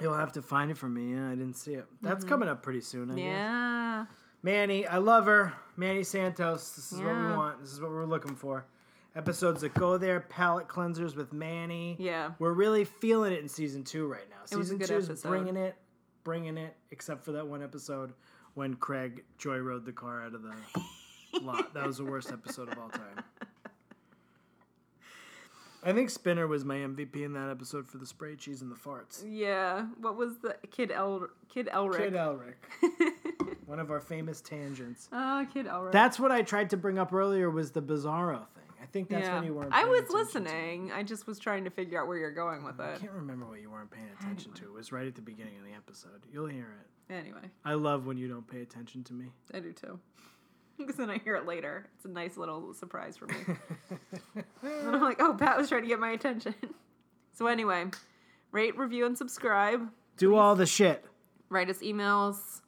Speaker 2: You'll have to find it for me. Yeah, I didn't see it. That's coming up pretty soon, I guess.
Speaker 1: Mm-hmm. Yeah.
Speaker 2: Manny, I love her. Manny Santos. This is what
Speaker 1: Yeah.
Speaker 2: we want. This is what we're looking for. Episodes that go there, palate cleansers with Manny.
Speaker 1: Yeah.
Speaker 2: We're really feeling it in season two right now.
Speaker 1: It was a
Speaker 2: Season
Speaker 1: good
Speaker 2: two is
Speaker 1: episode.
Speaker 2: bringing it, bringing it, except for that one episode when Craig joyrode the car out of the lot. That was the worst episode of all time. I think Spinner was my MVP in that episode for the spray cheese and the farts.
Speaker 1: Yeah. What was the Kid El Kid Elric?
Speaker 2: Kid Elric, one of our famous tangents.
Speaker 1: oh, Kid Elric.
Speaker 2: That's what I tried to bring up earlier was the Bizarro thing. I think that's
Speaker 1: yeah.
Speaker 2: when you weren't.
Speaker 1: I
Speaker 2: paying
Speaker 1: was
Speaker 2: attention to it.
Speaker 1: listening. I just was trying to figure out where you're going with
Speaker 2: I
Speaker 1: it.
Speaker 2: can't remember what you weren't paying attention to. It was right at the beginning of the episode. You'll hear it.
Speaker 1: Anyway,
Speaker 2: I love when you don't pay attention to me.
Speaker 1: I do too. Because then I hear it later. It's a nice little surprise for me. and I'm like, oh, Pat was trying to get my attention. so anyway, rate, review, and subscribe.
Speaker 2: Do all the shit.
Speaker 1: Write us emails.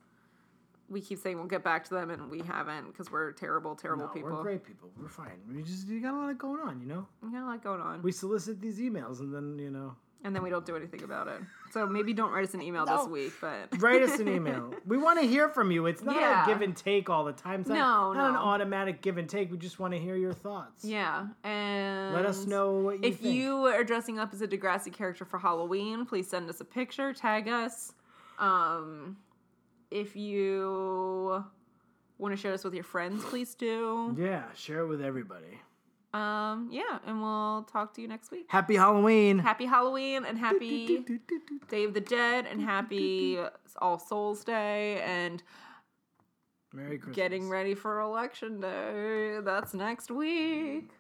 Speaker 1: We keep saying we'll get back to them, and we haven't because we're terrible, terrible
Speaker 2: No,
Speaker 1: people.
Speaker 2: we're great people. We're fine. We just you got a lot going on, you know.
Speaker 1: We got a lot going on.
Speaker 2: We solicit these emails and then you know
Speaker 1: and then we don't do anything about it. So maybe don't write us an email
Speaker 2: No.
Speaker 1: this week, but
Speaker 2: write us an email. We want to hear from you. It's not
Speaker 1: Yeah.
Speaker 2: a give and take all the time. It's not,
Speaker 1: No,
Speaker 2: not an
Speaker 1: no.
Speaker 2: automatic give and take. We just want to hear your thoughts.
Speaker 1: yeah, and
Speaker 2: Let us know what you
Speaker 1: if
Speaker 2: think.
Speaker 1: you are dressing up as a Degrassi character for Halloween. Please send us a picture, tag us. Um, if you want to share this with your friends, please do.
Speaker 2: Yeah, share it with everybody.
Speaker 1: Um, yeah, and we'll talk to you next week.
Speaker 2: Happy Halloween.
Speaker 1: Happy Halloween and happy Day of the Dead and happy All Souls Day and
Speaker 2: Merry Christmas.
Speaker 1: getting ready for election day. That's next week.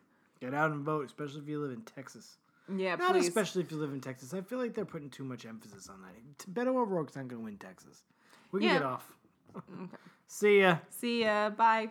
Speaker 2: Get out and vote, especially if you live in Texas.
Speaker 1: Yeah,
Speaker 2: Mm. Not
Speaker 1: please.
Speaker 2: especially if you live in Texas. I feel like they're putting too much emphasis on that. Beto O'Rourke's not going to win Texas. We can
Speaker 1: Yeah.
Speaker 2: get off. See ya.
Speaker 1: See ya. Bye.